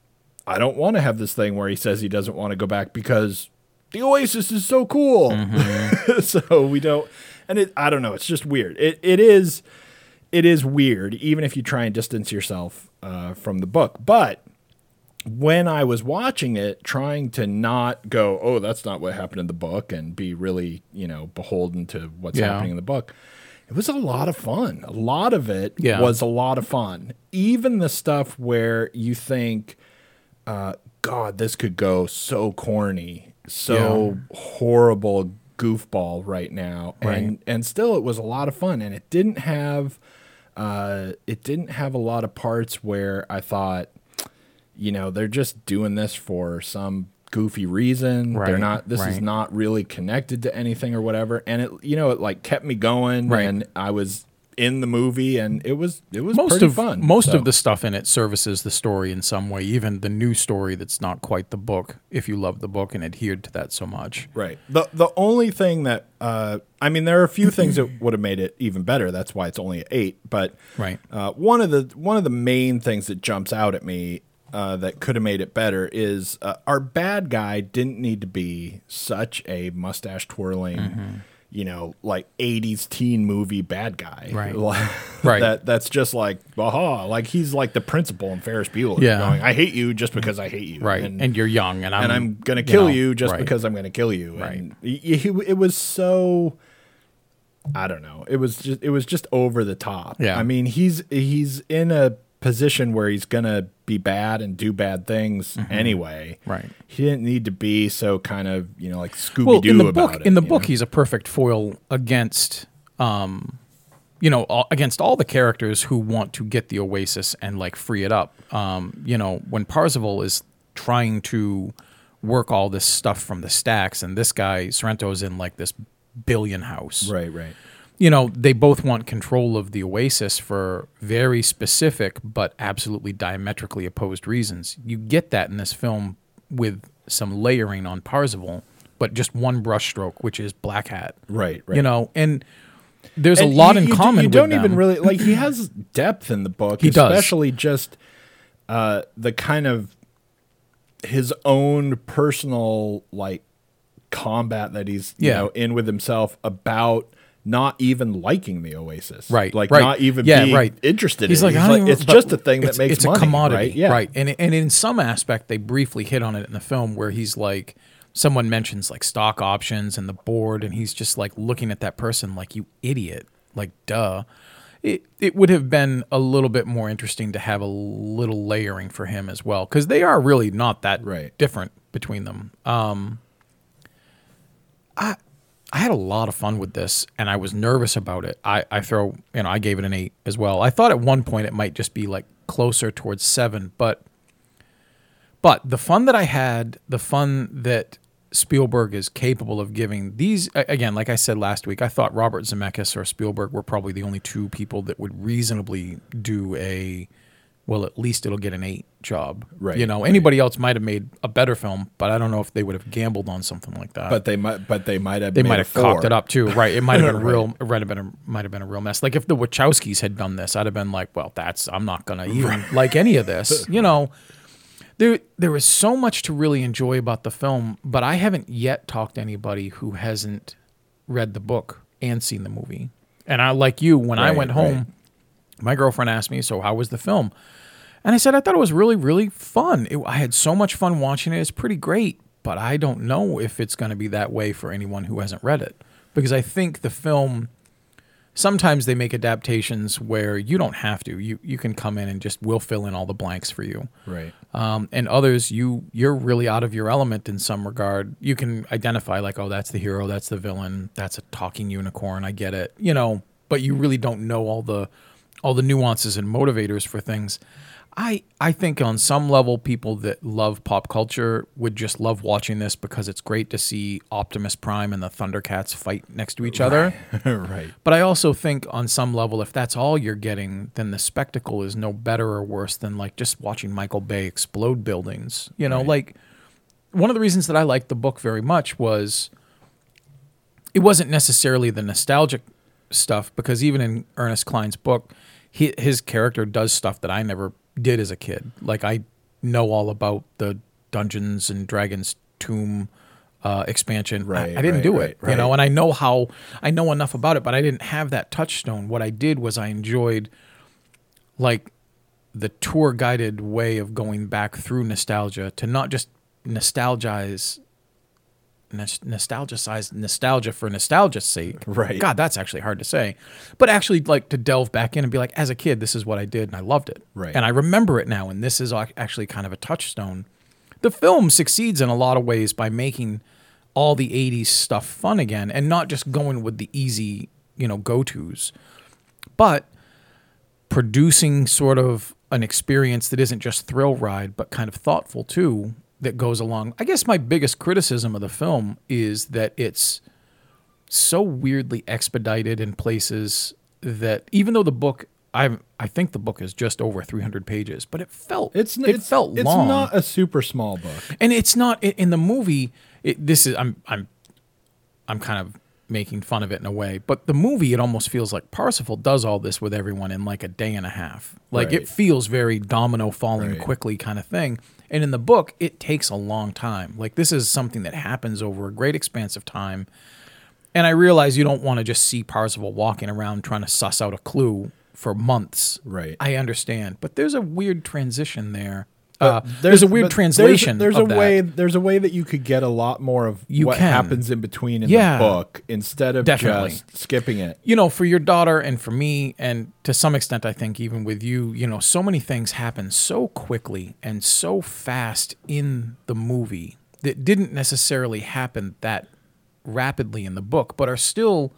S1: I don't want to have this thing where he says he doesn't want to go back because the Oasis is so cool. so we don't and it I don't know, it's just weird. It it is it is weird, even if you try and distance yourself uh, from the book. But when I was watching it, trying to not go, oh, that's not what happened in the book, and be really, you know, beholden to what's
S2: Yeah.
S1: happening in the book, it was a lot of fun. A lot of it
S2: Yeah.
S1: was a lot of fun. Even the stuff where you think, uh, God, this could go so corny, so horrible goofball right now. And and still it was a lot of fun. And it didn't have uh it didn't have a lot of parts where I thought, you know, they're just doing this for some goofy reason. They're
S2: Right,
S1: not this is
S2: right.
S1: not really connected to anything or whatever. And it you know, it like kept me going
S2: Right.
S1: and I was in the movie and it was it was
S2: Most
S1: pretty
S2: of
S1: fun.
S2: most
S1: So-
S2: of the stuff in it services the story in some way, even the new story that's not quite the book. If you love the book and adhered to that so much,
S1: Right. The the only thing that uh, I mean, there are a few things that would have made it even better. That's why it's only at eight. But
S2: Right.
S1: uh, one of the one of the main things that jumps out at me uh, that could have made it better is uh, our bad guy didn't need to be such a mustache twirling.
S2: Mm-hmm.
S1: You know, like '80s teen movie bad guy,
S2: Right.
S1: right.
S2: Right.
S1: That that's just like, aha, like he's like the principal in Ferris Bueller.
S2: Yeah.
S1: going, I hate you just because I hate you.
S2: right?
S1: And-
S2: And, you're young, and I'm
S1: and I'm gonna kill you,
S2: know,
S1: just
S2: right.
S1: because I'm gonna kill you.
S2: Right.
S1: And y- y- he- it was so. I don't know. It was just it was just over the top.
S2: Yeah.
S1: I mean, he's he's in a position where he's gonna be bad and do bad things anyway.
S2: Mm-hmm. Right.
S1: He didn't need to be so kind of you know like Scooby
S2: Well,
S1: Doo
S2: in the
S1: about
S2: book,
S1: it.
S2: in the
S1: you
S2: book,
S1: know?
S2: he's a perfect foil against um, you know, all, against all the characters who want to get the oasis and like free it up. Um, you know, when Parzival is trying to work all this stuff from the stacks, and this guy Sorrento's in like this billion house.
S1: Right, right.
S2: You know, they both want control of the oasis for very specific but absolutely diametrically opposed reasons. You get that in this film with some layering on Parzival, but just one brushstroke, which is Black Hat.
S1: Right, right.
S2: You know, and there's
S1: And
S2: a lot
S1: you-
S2: in
S1: you do-
S2: common.
S1: You
S2: with
S1: don't
S2: them.
S1: even really like. He has depth in the book,
S2: He does.
S1: especially just uh, the kind of his own personal like combat that he's you
S2: Yeah.
S1: know in with himself about not even liking the Oasis,
S2: right?
S1: Like
S2: right.
S1: not even
S2: yeah,
S1: being
S2: right.
S1: interested.
S2: He's
S1: in
S2: like,
S1: it.
S2: I don't even-
S1: it's
S2: but
S1: just a thing that
S2: it's-
S1: makes
S2: it's
S1: money,
S2: a commodity,
S1: right? Yeah,
S2: right. And and in some aspect, they briefly hit on it in the film where he's like, someone mentions like stock options and the board, and he's just like looking at that person like you idiot, like duh. It, it would have been a little bit more interesting to have a little layering for him as well because they are really not that
S1: Right.
S2: different between them. I had a lot of fun with this and I was nervous about it. I, I throw, you know, I gave it an eight as well. I thought at one point it might just be like closer towards seven, but but the fun that I had, the fun that Spielberg is capable of giving these a- again, like I said last week, I thought Robert Zemeckis or Spielberg were probably the only two people that would reasonably do a well, at least it'll get an eight job.
S1: Right,
S2: You know, anybody else might have made a better film, but I don't know if they would have gambled on something like that
S1: but they might, but they might have
S2: they
S1: made
S2: might
S1: a
S2: have cocked
S1: four.
S2: it up too, right? It might have been a real, might have been a, might have been a real mess. Like if the Wachowskis had done this, I'd have been like, well, that's I'm not gonna even like any of this, you know. There, there is so much to really enjoy about the film, but I haven't yet talked to anybody who hasn't read the book and seen the movie. And I, like you, when I
S1: Right,
S2: went home,
S1: right.
S2: my girlfriend asked me, "So how was the film?" And I said, "I thought it was really, really fun. It, I had so much fun watching it. It's pretty great, but I don't know if it's going to be that way for anyone who hasn't read it because I think the film." Sometimes they make adaptations where you don't have to. You you can come in and just we'll fill in all the blanks for you
S1: Right.
S2: um, and others you you're really out of your element in some regard you can identify like oh that's the hero that's the villain that's a talking unicorn i get it you know but you really don't know all the all the nuances and motivators for things i i think on some level people that love pop culture would just love watching this because it's great to see optimus prime and the thundercats fight next to each other
S1: right.
S2: but I also think on some level, if that's all you're getting, then the spectacle is no better or worse than like just watching Michael Bay explode buildings. You know, like one of the reasons that I liked the book very much was it wasn't necessarily the nostalgic stuff because even in Ernest Klein's book, he, his character does stuff that I never did as a kid. Like I know all about the Dungeons and Dragons tomb uh, expansion. I-
S1: Right,
S2: I, didn't
S1: right,
S2: do
S1: right,
S2: it, you know,
S1: right.
S2: and I know how I know enough about it, but I didn't have that touchstone. What I did was I enjoyed like the tour guided way of going back through nostalgia to not just nostalgize nos- nostalgicize nostalgia for nostalgia's sake
S1: Right.
S2: god that's actually hard to say but actually like to delve back in and be like as a kid this is what i did and i loved it
S1: Right.
S2: and i remember it now and this is ac- actually kind of a touchstone the film succeeds in a lot of ways by making all the 80s stuff fun again and not just going with the easy you know go-to's but producing sort of an experience that isn't just thrill ride but kind of thoughtful too that goes along i guess my biggest criticism of the film is that it's so weirdly expedited in places that even though the book i i think the book is just over 300 pages but it felt
S1: It's
S2: it
S1: it's,
S2: felt
S1: it's
S2: long
S1: not a super small book.
S2: and it's not i- in the movie. It, this is I'm I'm I'm kind of making fun of it in a way, but the movie it almost feels like Parsifal does all this with everyone in like a day and a half. Like
S1: Right.
S2: it feels very domino falling
S1: Right.
S2: quickly kind of thing. And in the book, it takes a long time. Like this is something that happens over a great expanse of time. And I realize you don't want to just see Parzival walking around trying to suss out a clue for months.
S1: Right.
S2: I understand, but there's a weird transition there. Uh, there's, a
S1: but
S2: weird
S1: there's-
S2: translation.
S1: There's,
S2: of
S1: a
S2: that.
S1: way. There's a way that you could get a lot more of
S2: You
S1: what
S2: can.
S1: happens in between in
S2: Yeah.
S1: the book instead of
S2: Definitely.
S1: just skipping it.
S2: you know, for your daughter and for me, and to some extent, I think even with you, you know, so many things happen so quickly and so fast in the movie that didn't necessarily happen that rapidly in the book, but are still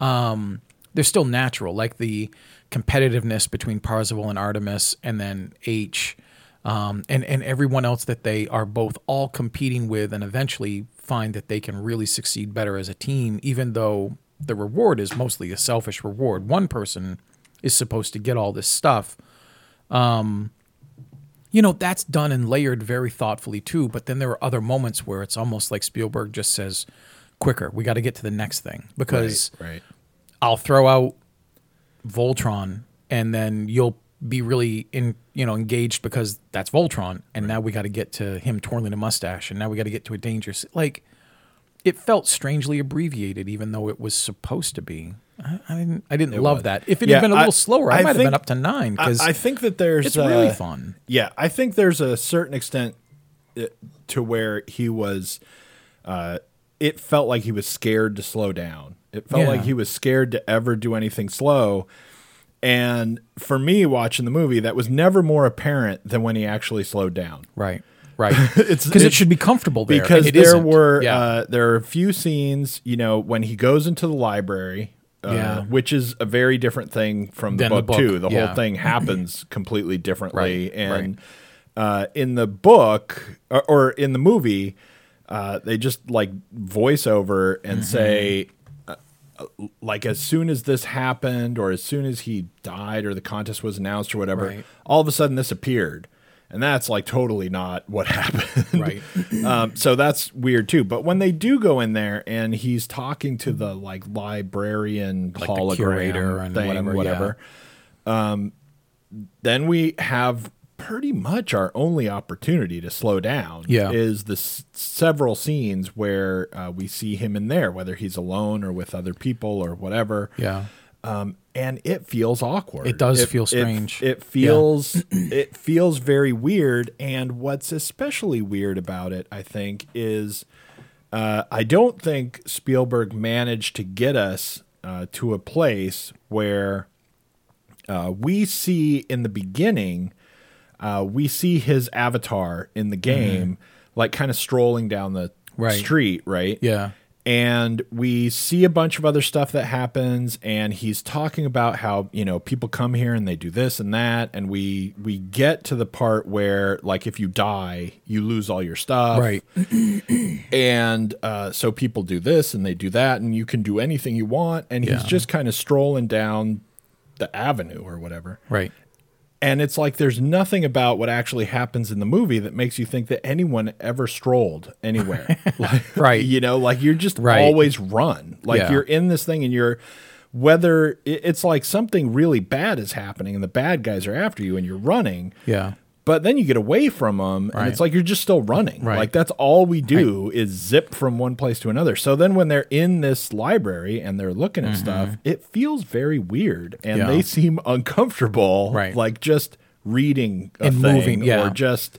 S2: um, they're still natural, like the competitiveness between Parzival and Artemis, and then H, um, and and everyone else that they are both all competing with, and eventually find that they can really succeed better as a team, even though the reward is mostly a selfish reward. One person is supposed to get all this stuff. Um, you know, that's done and layered very thoughtfully too. But then there are other moments where it's almost like Spielberg just says, quicker, we got to get to the next thing because
S1: right.
S2: I'll throw out Voltron, and then you'll be really in you know engaged because that's Voltron, and now we got to get to him twirling a mustache, and now we got to get to a dangerous like. It felt strangely abbreviated, even though it was supposed to be. I, I didn't. I didn't love
S1: was.
S2: that. If it
S1: Yeah,
S2: had been a
S1: I-
S2: little slower, I,
S1: I
S2: might have
S1: think-
S2: been up to nine
S1: I,
S2: because
S1: I think that there's
S2: it's really
S1: uh,
S2: fun.
S1: Yeah, I think there's a certain extent uh, to where he was. Uh, it felt like he was scared to slow down. It felt
S2: Yeah.
S1: like he was scared to ever do anything slow. And for me, watching the movie, that was never more apparent than when he actually slowed down.
S2: Right. Right.
S1: It's-
S2: because it,
S1: it's-
S2: should be comfortable there. and
S1: because
S2: it
S1: there
S2: isn't.
S1: were
S2: Yeah.
S1: uh, there are a few scenes you know when he goes into the library uh,
S2: Yeah.
S1: which is a very different thing from the
S2: Than the
S1: book,
S2: book,
S1: too the
S2: yeah.
S1: whole thing happens completely differently
S2: Right,
S1: and Uh, in the book or, or in the movie uh, they just like voice over
S2: Mm-hmm.
S1: and say uh, like as soon as this happened or as soon as he died or the contest was announced or whatever
S2: Right.
S1: all of a sudden this appeared and that's like totally not what happened
S2: Right.
S1: um, so that's weird too but when they do go in there and he's talking to the like librarian
S2: the
S1: hologram
S2: curator and
S1: thing,
S2: whatever,
S1: whatever, um,
S2: yeah.
S1: then we have pretty much our only opportunity to slow down
S2: Yeah.
S1: is the s- several scenes where uh, we see him in there whether he's alone or with other people or whatever
S2: yeah.
S1: um, and it feels awkward.
S2: It does feel strange.
S1: It, feels it feels very weird. And what's especially weird about it, I think, is uh, I don't think Spielberg managed to get us uh, to a place where uh, we see in the beginning, uh, we see his avatar in the game, like kind of strolling down the
S2: Mm-hmm. Right.
S1: street, right?
S2: Yeah.
S1: and we see a bunch of other stuff that happens and he's talking about how you know people come here and they do this and that and we we get to the part where like if you die you lose all your stuff
S2: Right.
S1: and uh, so people do this and they do that and you can do anything you want and he's
S2: Yeah.
S1: just kind of strolling down the avenue or whatever
S2: Right.
S1: and it's like there's nothing about what actually happens in the movie that makes you think that anyone ever strolled anywhere. Like,
S2: Right.
S1: You know, like you're just
S2: Right.
S1: always run. Like
S2: Yeah.
S1: you're in this thing and you're whether it- it's like something really bad is happening and the bad guys are after you and you're running.
S2: Yeah.
S1: But then you get away from them, and
S2: Right.
S1: it's like you're just still running.
S2: Right.
S1: Like that's all we do is zip from one place to another. So then, when they're in this library and they're looking at stuff, it feels very weird, and
S2: Mm-hmm. Yeah.
S1: they seem uncomfortable.
S2: Right.
S1: Like just reading a
S2: And
S1: thing,
S2: moving, yeah.
S1: or just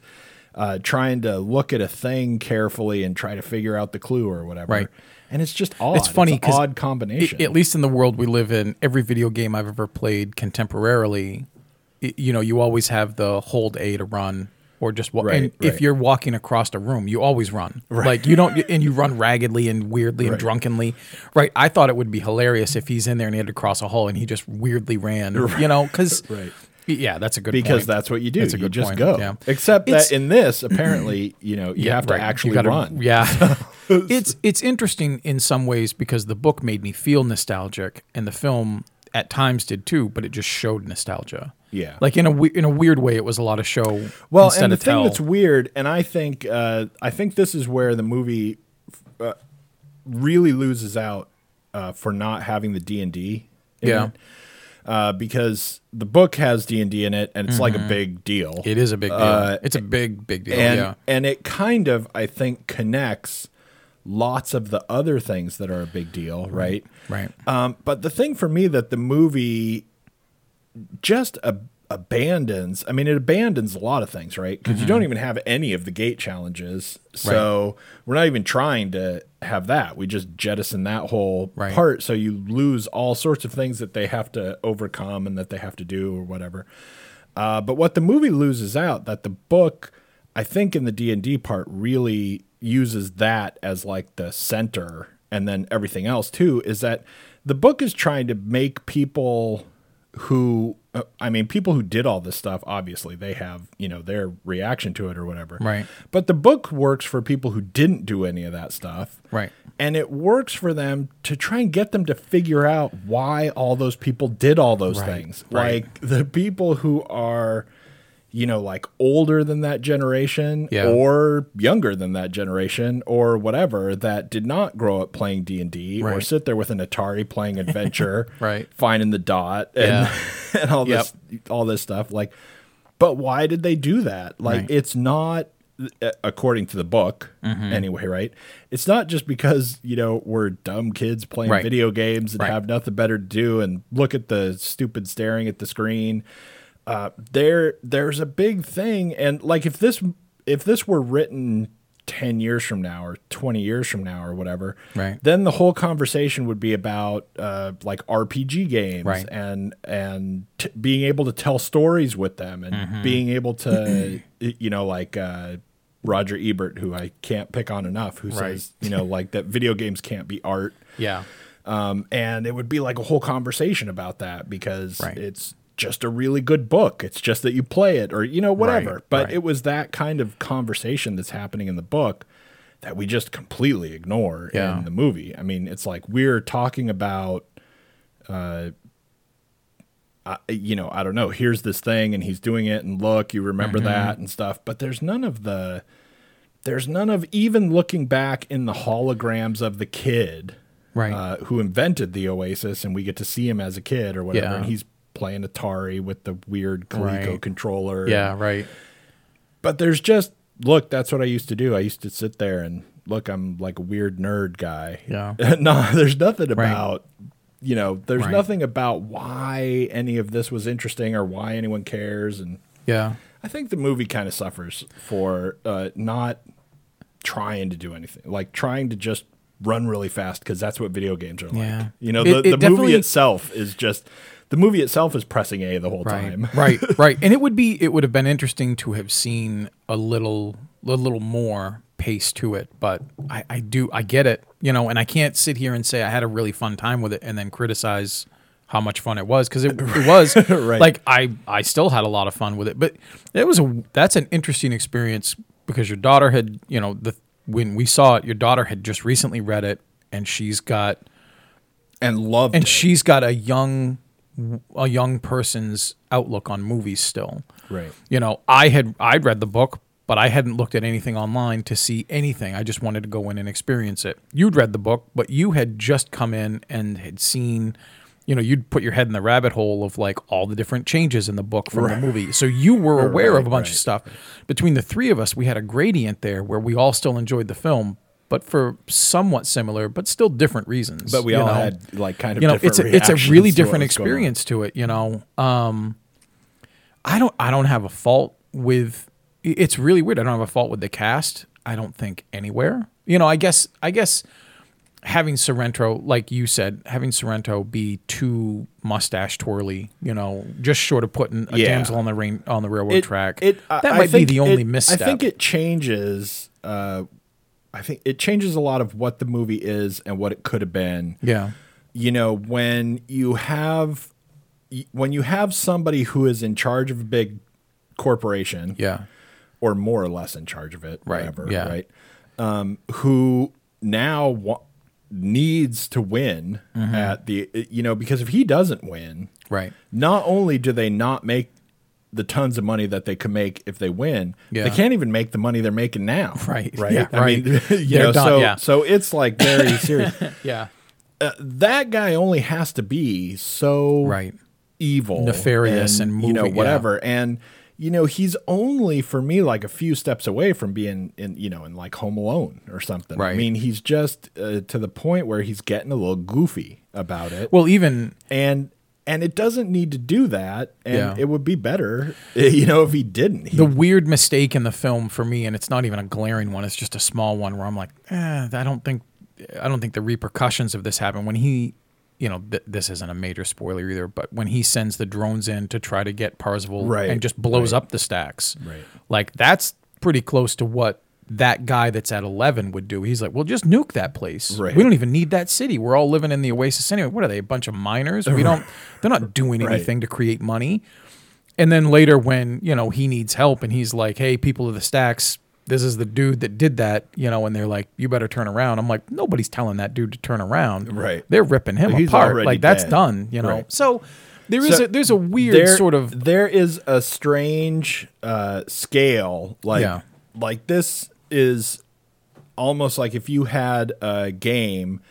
S1: uh, trying to look at a thing carefully and try to figure out the clue or whatever.
S2: Right.
S1: And it's just odd.
S2: It's funny
S1: an
S2: 'cause
S1: odd combination.
S2: I- at least in the world we live in, every video game I've ever played contemporarily, i- you know, you always have the hold A to run or just walk.
S1: Right,
S2: and if
S1: right.
S2: you're walking across a room, you always run. Like you don't, and you run raggedly and weirdly and
S1: Right.
S2: drunkenly. Right. I thought it would be hilarious if he's in there and he had to cross a hall and he just weirdly ran, you know, because.
S1: Right.
S2: Yeah, that's a good
S1: because
S2: point.
S1: that's what you do.
S2: That's a
S1: you
S2: good
S1: just
S2: point,
S1: go.
S2: yeah.
S1: Except
S2: It's-
S1: that in this, apparently, you know, you
S2: Yeah,
S1: have to
S2: right. You
S1: actually
S2: gotta-
S1: run.
S2: Yeah, it's it's interesting in some ways because the book made me feel nostalgic, and the film at times did too, but it just showed nostalgia.
S1: Yeah.
S2: like in a we- in a weird way, it was a lot of show.
S1: Well,
S2: instead
S1: and the
S2: of
S1: thing
S2: tell.
S1: that's weird, and I think uh, I think this is where the movie uh, really loses out uh, for not having the D and D.
S2: Yeah.
S1: It. Uh, because the book has D and D in it, and it's like a big deal.
S2: Mm-hmm. it is a big deal.
S1: Uh,
S2: it's a big big deal.
S1: and
S2: yeah,
S1: and it kind of I think connects lots of the other things that are a big deal, right?
S2: right.
S1: Um, but the thing for me that the movie just ab- abandons, I mean, it abandons a lot of things, right? Because you don't even have any of the gate challenges. So we're not even trying to have that. We just jettison that whole
S2: Right.
S1: part. So you lose all sorts of things that they have to overcome and that they have to do or whatever. Uh, but what the movie loses out that the book, I think in the D and D part really uses that as like the center and then everything else too is that the book is trying to make people who uh, I mean people who did all this stuff obviously they have you know their reaction to it or whatever
S2: Right.
S1: but the book works for people who didn't do any of that stuff
S2: Right.
S1: and it works for them to try and get them to figure out why all those people did all those
S2: Right,
S1: things
S2: right.
S1: like the people who are you know like older than that generation
S2: Yeah.
S1: or younger than that generation or whatever that did not grow up playing D&D or
S2: Right.
S1: sit there with an Atari playing adventure
S2: Right.
S1: finding the dot and, and all
S2: Yep.
S1: this all this stuff like but why did they do that like
S2: Right.
S1: it's not uh, according to the book
S2: Mm-hmm.
S1: anyway right it's not just because you know we're dumb kids playing
S2: Right.
S1: video games and
S2: Right.
S1: have nothing better to do and look at the stupid staring at the screen uh, there there's a big thing and like if this if this were written 10 years from now or 20 years from now or whatever
S2: Right.
S1: then the whole conversation would be about uh, like rpg games
S2: Right.
S1: and and t- being able to tell stories with them and
S2: Mm-hmm.
S1: being able to you know like uh, roger ebert who i can't pick on enough who
S2: Right.
S1: says you know like that video games can't be art
S2: Yeah.
S1: um, and it would be like a whole conversation about that because
S2: Right.
S1: it's just a really good book. It's just that you play it or you know whatever.
S2: Right,
S1: but
S2: right.
S1: it was that kind of conversation that's happening in the book that we just completely ignore
S2: Yeah.
S1: in the movie. I mean, it's like we're talking about uh, I, you know, I don't know, here's this thing and he's doing it and look, you remember
S2: Mm-hmm.
S1: that and stuff, but there's none of the there's none of even looking back in the holograms of the kid
S2: Right.
S1: uh, who invented the Oasis, and we get to see him as a kid or whatever.
S2: Yeah.
S1: And he's playing Atari with the weird Coleco
S2: Right.
S1: controller.
S2: Yeah. Right.
S1: But there's just look. That's what I used to do. I used to sit there and look. I'm like a weird nerd guy.
S2: Yeah.
S1: no, there's nothing about. You know, there's
S2: Right.
S1: nothing about why any of this was interesting or why anyone cares. And
S2: Yeah.
S1: I think the movie kind of suffers for uh, not trying to do anything, like trying to just run really fast because that's what video games are like.
S2: Yeah.
S1: You know,
S2: It-
S1: the,
S2: it
S1: the movie
S2: definitely-
S1: itself is just the movie itself is pressing A the whole time.
S2: right, right, right. And it would be it would have been interesting to have seen a little a little more pace to it, but I, I do I get it, you know, and I can't sit here and say I had a really fun time with it and then criticize how much fun it was because it, it was
S1: Right.
S2: like I I still had a lot of fun with it, but it was a that's an interesting experience because your daughter had you know the when we saw it, your daughter had just recently read it and she's got
S1: And loved
S2: and
S1: it.
S2: she's got a young a young person's outlook on movies still
S1: right.
S2: you know i had i'd read the book but i hadn't looked at anything online to see anything i just wanted to go in and experience it you'd read the book but you had just come in and had seen you know you'd put your head in the rabbit hole of like all the different changes in the book from the movie so you were aware of a bunch of stuff between the three of us we had a gradient there where we all still enjoyed the film but for somewhat similar but still different reasons
S1: But we
S2: you
S1: all
S2: know?
S1: had like kind of
S2: you know
S1: different
S2: it's a, it's a really
S1: reactions to what was
S2: different
S1: going on.
S2: experience to it you know um i don't i don't have a fault with i- it's really weird i don't have a fault with the cast i don't think anywhere you know i guess i guess having sorrento like you said having sorrento be too mustache twirly you know just short of putting a
S1: Yeah.
S2: damsel on the rain on the railroad track
S1: I-
S2: that
S1: I
S2: might be
S1: think
S2: the only
S1: it-
S2: misstep
S1: I think it changes. Uh, I think it changes a lot of what the movie is and what it could have been.
S2: yeah
S1: you know when you have when you have somebody who is in charge of a big corporation
S2: yeah
S1: or more or less in charge of it
S2: Right,
S1: whatever,
S2: yeah.
S1: right um who now wa- needs to win
S2: Mm-hmm.
S1: at the you know because if he doesn't win
S2: right
S1: not only do they not make the tons of money that they could make if they win,
S2: Yeah.
S1: they can't even make the money they're making now.
S2: Right.
S1: Right.
S2: Yeah,
S1: I mean,
S2: right.
S1: you
S2: They're
S1: know,
S2: done,
S1: so
S2: yeah.
S1: so it's like very serious
S2: yeah
S1: that guy only has to be so
S2: Right.
S1: evil,
S2: Nefarious and
S1: you know
S2: moving- yeah.
S1: whatever, and you know he's only for me like a few steps away from being in you know in like Home Alone or something. I
S2: Right.
S1: mean, he's just uh, to the point where he's getting a little goofy about it,
S2: well even
S1: and and it doesn't need to do that, and
S2: Yeah.
S1: it would be better, uh, you know, if he didn't. He,
S2: the weird mistake in the film for me, and it's not even a glaring one; it's just a small one where I'm like, eh, I don't think, I don't think the repercussions of this happen when he, you know, th- this isn't a major spoiler either, but when he sends the drones in to try to get Parzival
S1: Right,
S2: and just blows up the stacks,
S1: Right.
S2: Like that's pretty close to what that guy that's at 11 would do. He's like, well, just nuke that place.
S1: Right.
S2: We don't even need that city. We're all living in the oasis anyway. What are they, a bunch of miners? We don't, they're not doing
S1: Right.
S2: anything to create money. And then later when, you know, he needs help and he's like, hey, people of the stacks, this is the dude that did that, you know, and they're like, you better turn around. I'm like, nobody's telling that dude to turn around.
S1: Right.
S2: They're ripping him
S1: Like, he's
S2: apart.
S1: already
S2: Like that's
S1: dead.
S2: done, you know.
S1: Right.
S2: So there is
S1: So
S2: a there's a weird
S1: there,
S2: sort of
S1: there is a strange uh, scale like
S2: Yeah.
S1: like this is almost like if you had a game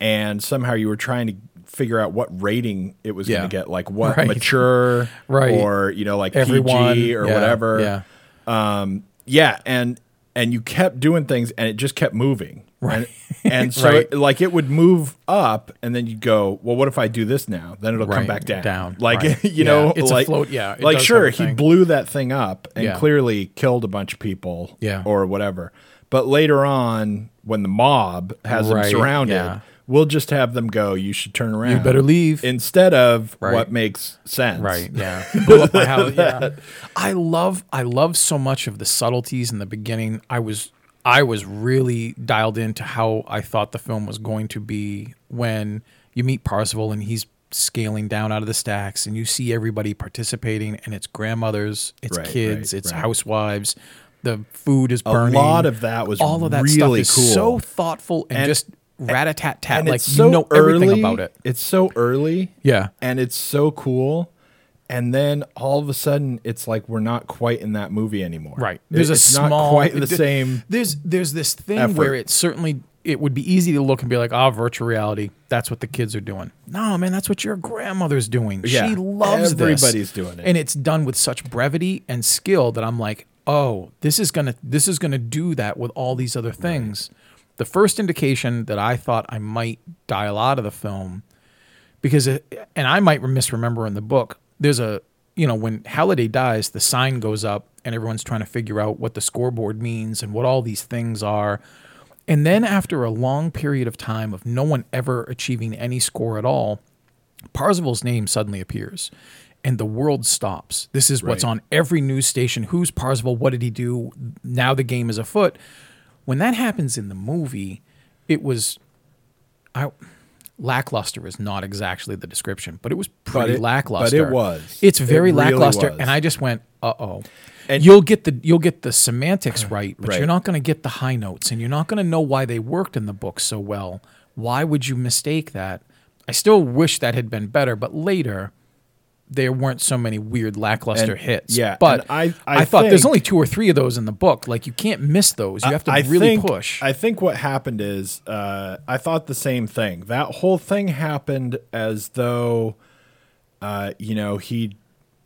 S1: and somehow you were trying to figure out what rating it was
S2: Yeah.
S1: going to get like what
S2: Right.
S1: mature
S2: Right.
S1: or you know like
S2: everyone
S1: PG or
S2: yeah,
S1: whatever
S2: Yeah.
S1: yeah and and you kept doing things and it just kept moving right and, and so
S2: Right.
S1: like it would move up and then you'd go well what if i do this now then it'll come
S2: Right,
S1: back down,
S2: down,
S1: like
S2: right.
S1: you
S2: Yeah,
S1: know
S2: it's a
S1: like
S2: float- yeah, it
S1: like
S2: does
S1: sure
S2: have a
S1: he
S2: thing.
S1: blew that thing up and
S2: Yeah.
S1: clearly killed a bunch of people
S2: Yeah.
S1: or whatever but later on when the mob has
S2: Right,
S1: them surrounded
S2: yeah.
S1: we'll just have them go you should turn around
S2: better leave.
S1: instead of
S2: Right.
S1: what makes sense
S2: Right. Yeah. Blew up my house. Yeah. I love I love so much of the subtleties in the beginning. I was I was really dialed into how I thought the film was going to be when you meet Parzival and he's scaling down out of the stacks and you see everybody participating and it's grandmothers, it's
S1: Right,
S2: kids,
S1: right,
S2: it's
S1: right.
S2: housewives, the food is burning.
S1: lot of that was
S2: all of that
S1: really
S2: stuff
S1: cool.
S2: is so thoughtful and,
S1: And-
S2: just rat a tat tat
S1: and
S2: like
S1: it's so
S2: you know
S1: early.
S2: everything about it.
S1: It's so early.
S2: Yeah.
S1: And it's so cool. And then all of a sudden, it's like we're not quite in that movie anymore.
S2: Right.
S1: It-
S2: There's
S1: it's
S2: a
S1: not
S2: small
S1: quite the
S2: th-
S1: same.
S2: There's there's this thing
S1: effort.
S2: where it certainly it would be easy to look and be like, ah, virtual reality. That's what the kids are doing. No, man, that's what your grandmother's doing.
S1: Yeah.
S2: She loves this.
S1: Everybody's doing it.
S2: and it's done with such brevity and skill that I'm like, oh, this is gonna this is gonna do that with all these other things. The first indication that I thought I might dial out of the film because it, and I might misremember in the book. There's a you know when Halliday dies, the sign goes up and everyone's trying to figure out what the scoreboard means and what all these things are. And then after a long period of time of no one ever achieving any score at all, Parzival's name suddenly appears and the world stops. This is what's
S1: Right.
S2: on every news station. Who's Parzival? What did he do? Now the game is afoot. When that happens in the movie, it was I lackluster is not exactly the description, but it was pretty
S1: it- but it
S2: lackluster.
S1: was.
S2: It's
S1: It
S2: very
S1: really
S2: lackluster,
S1: was.
S2: and I just went, "Uh oh."
S1: And-
S2: you'll get the you'll get the semantics right, but
S1: Right.
S2: you're not going to get the high notes, and you're not going to know why they worked in the book so well. Why would you mistake that? I still wish that had been better, but later there weren't so many weird lackluster
S1: And-
S2: hits.
S1: yeah,
S2: but
S1: and I- I
S2: thought there's
S1: think-
S2: only two or three of those in the book. Like you can't miss those. You have to
S1: I
S2: really
S1: think-
S2: push.
S1: I think what happened is uh, I thought the same thing. That whole thing happened as though, uh, you know, he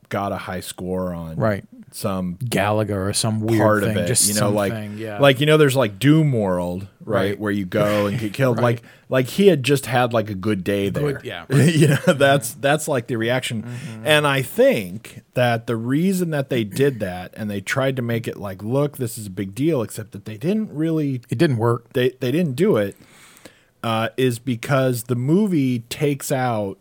S1: got a high score on
S2: Right.
S1: some
S2: Gallagher or some weird
S1: part
S2: thing,
S1: of it.
S2: just
S1: you know, like
S2: something, yeah.
S1: like you know, there's like Doom World, right,
S2: Right.
S1: where you go and get killed. Like like he had just had like a good day there.
S2: Good- yeah. Mm-hmm.
S1: you know, that's that's like the reaction. And I think that the reason that they did that and they tried to make it like, look, this is a big deal, except that they didn't really
S2: it didn't work.
S1: they they didn't do it uh, is because the movie takes out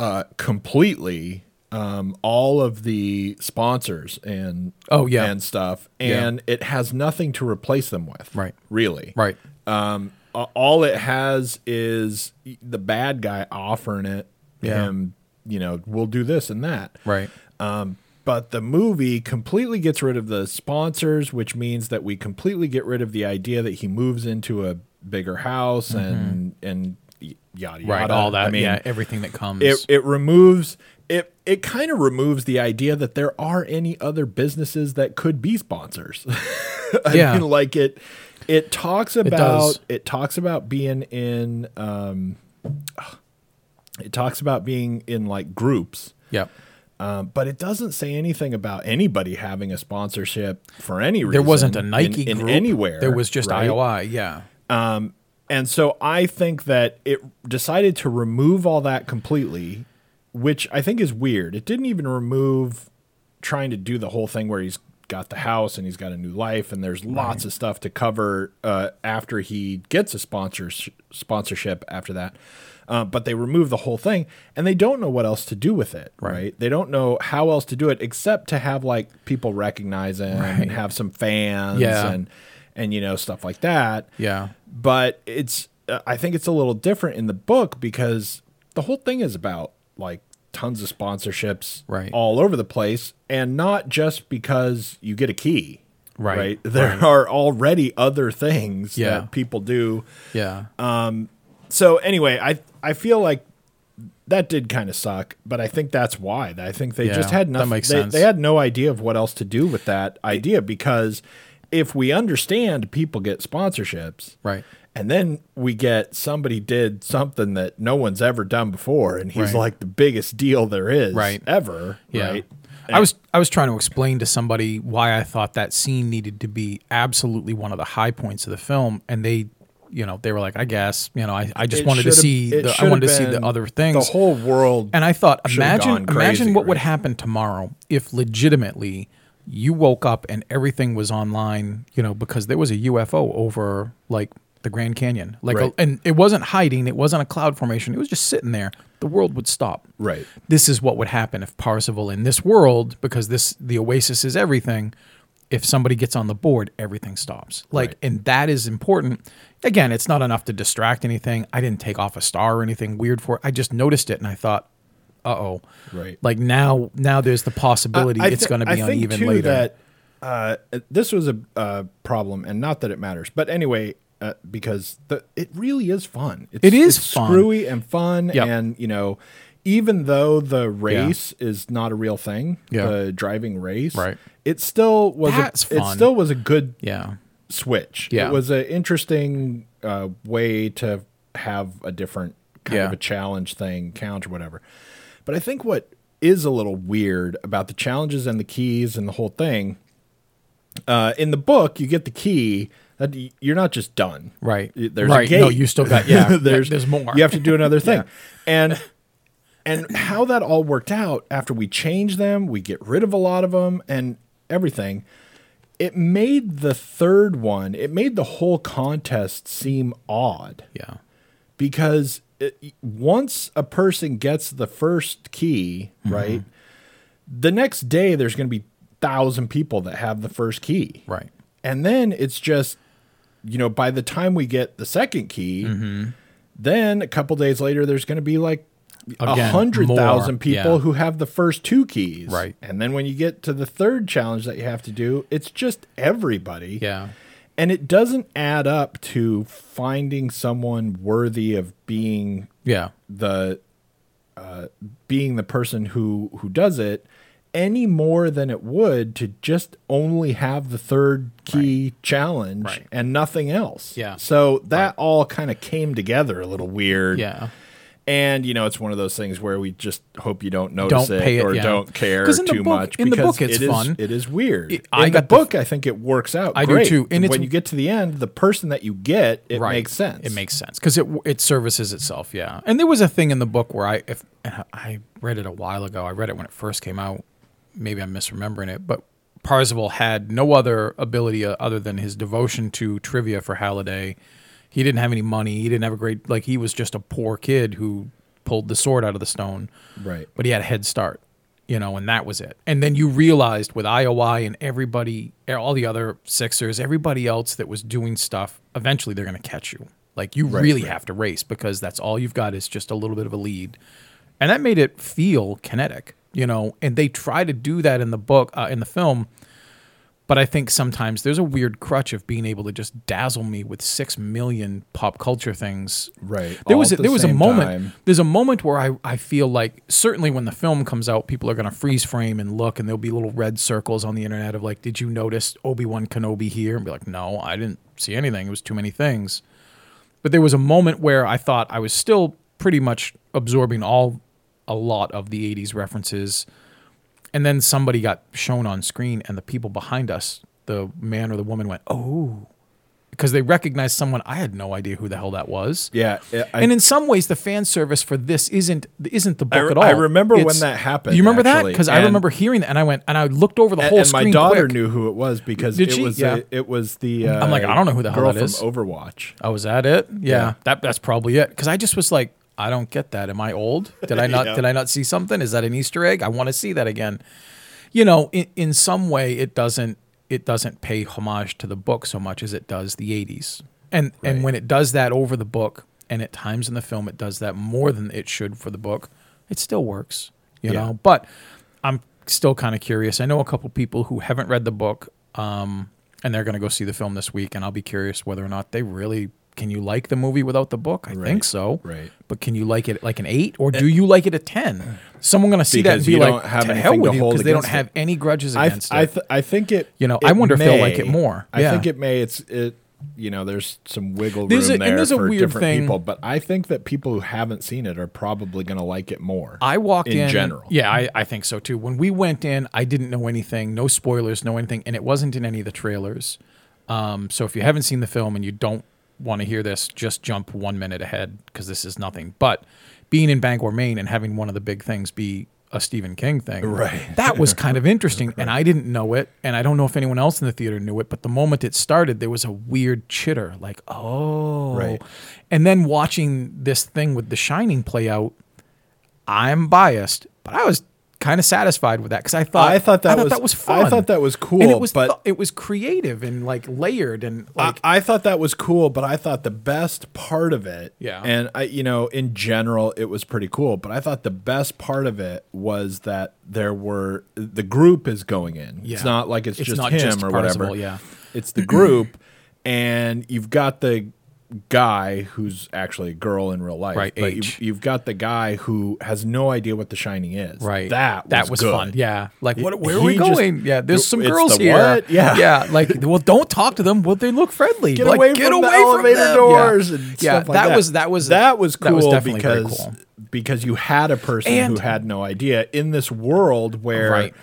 S1: uh, completely um, all of the sponsors and
S2: Oh, yeah.
S1: and stuff,
S2: Yeah.
S1: and it has nothing to replace them with.
S2: Right.
S1: Really.
S2: Right.
S1: Um, a- all it has is the bad guy offering it
S2: Yeah.
S1: him. You know, we'll do this and that.
S2: Right.
S1: Um, but the movie completely gets rid of the sponsors, which means that we completely get rid of the idea that he moves into a bigger house and and y- yada yada.
S2: Mm-hmm. Right. all that.
S1: I mean,
S2: yeah. Everything that comes.
S1: it it removes it. It kind of removes the idea that there are any other businesses that could be sponsors. I
S2: Yeah.
S1: mean, like it. It talks about
S2: does.
S1: it, talks about being in. Um, it talks about being in like groups.
S2: yep.
S1: Um, but it doesn't say anything about anybody having a sponsorship for any reason.
S2: There wasn't a
S1: in-
S2: Nike
S1: in,
S2: group
S1: anywhere.
S2: There was just
S1: right?
S2: IOI. Yeah.
S1: And so I think that it decided to remove all that completely, which I think is weird. It didn't even remove trying to do the whole thing where he's got the house and he's got a new life and there's lots of stuff to cover uh, after he gets a sponsors sponsorship after that. Uh, but they remove the whole thing and they don't know what else to do with it, right? They don't know how else to do it except to have like people recognize him and have some fans
S2: Yeah.
S1: and and you know stuff like that
S2: Yeah.
S1: but it's uh, i think it's a little different in the book because the whole thing is about like tons of sponsorships
S2: Right.
S1: all over the place and not just because you get a key
S2: Right,
S1: there are already other things
S2: Yeah.
S1: that people do
S2: Yeah.
S1: Uh, so anyway i i feel like that did kind of suck but i think that's why i think they
S2: Yeah,
S1: just had
S2: that
S1: nothing
S2: makes
S1: they,
S2: sense.
S1: they had no idea of what else to do with that idea because if we understand people get sponsorships
S2: right.
S1: and then we get somebody did something that no one's ever done before, and he's
S2: Right.
S1: like the biggest deal there is
S2: Right.
S1: ever.
S2: Yeah.
S1: Right.
S2: I was I was trying to explain to somebody why I thought that scene needed to be absolutely one of the high points of the film, and they, you know, they were like, "I guess," you know, I, I just
S1: It
S2: wanted to
S1: should've-
S2: see
S1: it
S2: the, I
S1: should've
S2: wanted to see the
S1: been
S2: other things.
S1: The whole world.
S2: and I thought,
S1: should've
S2: imagine
S1: gone crazy,
S2: imagine what would
S1: right?
S2: happen tomorrow if legitimately you woke up and everything was online, you know, because there was a UFO over like the Grand Canyon, like,
S1: Right.
S2: a, and it wasn't hiding, it wasn't a cloud formation, it was just sitting there. The world would stop
S1: Right.
S2: this is what would happen if Parzival in this world, because this the oasis is everything. If somebody gets on the board, everything stops. Like,
S1: Right.
S2: and that is important. Again, it's not enough to distract anything. I didn't take off a star or anything weird for it. I just noticed it and I thought, uh oh.
S1: Right.
S2: Like now, now there's the possibility
S1: I
S2: it's
S1: thi-
S2: going to be
S1: I think,
S2: uneven
S1: too,
S2: later.
S1: That uh, this was a uh, problem, and not that it matters, but anyway, uh, because the it really is fun. It's,
S2: It is
S1: it's
S2: fun.
S1: screwy and fun,
S2: Yep.
S1: and you know, even though the race is not a real thing,
S2: Yeah.
S1: the driving race,
S2: Right.
S1: It still was.
S2: That's
S1: a, It
S2: fun.
S1: still was a good
S2: yeah.
S1: switch.
S2: Yeah.
S1: It was an interesting uh, way to have a different kind
S2: Yeah.
S1: of a challenge thing, challenge or whatever. But I think what is a little weird about the challenges and the keys and the whole thing, uh, in the book, you get the key. That y- you're not just done,
S2: Right.
S1: Y- There's
S2: right.
S1: a gate.
S2: No, you still got, yeah.
S1: there's
S2: there's more.
S1: You have to do another thing, and and how that all worked out after we changed them, we get rid of a lot of them and everything. It made the third one, it made the whole contest seem odd
S2: yeah.
S1: because it, once a person gets the first key,
S2: Mm-hmm.
S1: right? The next day there's going to be 1000 people that have the first key.
S2: Right.
S1: And then it's just, you know, by the time we get the second key,
S2: Mm-hmm.
S1: then a couple days later, there's going to be like a
S2: Again,
S1: hundred thousand
S2: more,
S1: people
S2: yeah.
S1: who have the first two keys.
S2: Right.
S1: And then when you get to the third challenge that you have to do, it's just everybody.
S2: Yeah.
S1: And it doesn't add up to finding someone worthy of being
S2: Yeah.
S1: the uh, being the person who who does it any more than it would to just only have the third key challenge
S2: Right.
S1: and nothing else.
S2: Yeah.
S1: So that all kind of came together a little weird.
S2: Yeah.
S1: And you know, it's one of those things where we just hope you don't notice
S2: Don't pay it,
S1: or
S2: yeah.
S1: don't care
S2: 'Cause in the
S1: too
S2: book-
S1: much.
S2: in the
S1: because
S2: book it's
S1: it is-
S2: fun.
S1: It is weird. in
S2: I
S1: the
S2: got the f-
S1: book, I think it works out.
S2: I do
S1: great.
S2: too, and it's-
S1: when you get to the end, the person that you get, it makes sense.
S2: It makes sense because it it services itself. Yeah, and there was a thing in the book where I if and I read it a while ago. I read it when it first came out. Maybe I'm misremembering it, but Parzival had no other ability uh, other than his devotion to trivia for Halliday. He didn't have any money. He didn't have a great like. He was just a poor kid who pulled the sword out of the stone
S1: right.
S2: but he had a head start, you know, and that was it. And then you realized with IOI and everybody, all the other Sixers, everybody else that was doing stuff, eventually they're going to catch you. Like you really have to race because that's all you've got is just a little bit of a lead. And that made it feel kinetic, you know, and they try to do that in the book, uh, in the film. But I think sometimes there's a weird crutch of being able to just dazzle me with six million pop culture things.
S1: Right.
S2: There
S1: All
S2: was a,
S1: at the
S2: there was a
S1: same
S2: moment.
S1: time.
S2: There's a moment where I, I feel like certainly when the film comes out, people are going to freeze frame and look, and there'll be little red circles on the internet of like, did you notice Obi Wan Kenobi here? And be like, no, I didn't see anything. It was too many things. But there was a moment where I thought I was still pretty much absorbing all a lot of the 80s references and then somebody got shown on screen and the people behind us the man or the woman went oh because they recognized someone I had no idea who the hell that was.
S1: Yeah, I- I,
S2: and in some ways, the fan service for this isn't isn't the book
S1: re-
S2: at all.
S1: I remember when
S2: It's-
S1: that happened,
S2: You remember that?
S1: actually,
S2: Because I
S1: and-
S2: remember hearing that, and I went and I looked over the
S1: and,
S2: whole
S1: and
S2: screen.
S1: my daughter
S2: quick.
S1: knew who it was because
S2: Did
S1: it
S2: she?
S1: was
S2: Yeah.
S1: a- it was the uh,
S2: like, I don't know who the hell
S1: girl
S2: that
S1: from
S2: is.
S1: Overwatch.
S2: Oh, was that it? Yeah,
S1: Yeah.
S2: that that's probably it. Because I just was like, I don't get that. Am I old? Did I not?
S1: Yeah.
S2: Did I not see something? Is that an Easter egg? I want to see that again. You know, in, in some way, it doesn't it doesn't pay homage to the book so much as it does the '80s. And and
S1: Right.
S2: when it does that over the book, and at times in the film, it does that more than it should for the book. It still works, you
S1: Yeah.
S2: know. But I'm still kind of curious. I know a couple people who haven't read the book, um, and they're going to go see the film this week, and I'll be curious whether or not they really can you like the movie without the book. I think
S1: Right,
S2: so,
S1: right. Eh.
S2: But can you like it like an eight, or do you like it a ten? Someone going to see that and
S1: Because
S2: be
S1: you
S2: like,
S1: don't have
S2: "To hell
S1: anything
S2: with
S1: to
S2: you,"
S1: hold
S2: because they don't
S1: against it.
S2: have any grudges
S1: I th-
S2: against
S1: I,
S2: it.
S1: th- I think it.
S2: You know,
S1: it
S2: I wonder if they'll
S1: may-
S2: like it more.
S1: I
S2: Yeah.
S1: think it may. It's it. You know, there's some wiggle room
S2: There's a- and
S1: there
S2: there's a
S1: for
S2: weird
S1: different
S2: thing-
S1: people, but I think that people who haven't seen it are probably going to like it more.
S2: I walked
S1: in
S2: in
S1: general.
S2: Yeah, I, I think so too. When we went in, I didn't know anything, no spoilers, no anything, and it wasn't in any of the trailers. Um, so if you haven't seen the film and you don't want to hear this, just jump one minute ahead because this is nothing. But being in Bangor, Maine, and having one of the big things be a Stephen King thing,
S1: Right.
S2: That was kind of interesting, and I didn't know it, and I don't know if anyone else in the theater knew it. But the moment it started, there was a weird chitter, like oh,
S1: Right.
S2: and then watching this thing with The Shining play out. I'm biased, but I was kind of satisfied with that because I thought
S1: I thought that was- I
S2: fun.
S1: thought that was cool,
S2: and it was
S1: but- Ah,
S2: th- it was creative and like layered and
S1: I-
S2: like
S1: I, thought that was cool, but I thought the best part of it,
S2: Yeah.
S1: and I, you know, in general, it was pretty cool. But I thought the best part of it was that there were the group is going in.
S2: Yeah.
S1: It's not like it's,
S2: It's
S1: just
S2: not
S1: him
S2: just
S1: or whatever.
S2: Parzival, yeah.
S1: it's the group, and you've got the guy who's actually a girl in real life,
S2: Right,
S1: But
S2: H.
S1: you've, you've got the guy who has no idea what The Shining is.
S2: right
S1: that was
S2: that was
S1: good.
S2: fun. Yeah, like what, where are
S1: he
S2: we
S1: just-
S2: going? yeah, there's some
S1: It's
S2: girls
S1: the
S2: here.
S1: what? Yeah.
S2: yeah, like well, don't talk to them. Well, they look friendly.
S1: get
S2: Like,
S1: away
S2: get
S1: from
S2: away
S1: the elevator
S2: them.
S1: doors
S2: Yeah,
S1: and
S2: yeah
S1: stuff like that.
S2: was that was
S1: that was cool
S2: definitely very
S1: because
S2: cool.
S1: because you had a person
S2: And-
S1: who had no idea in this world where
S2: Right.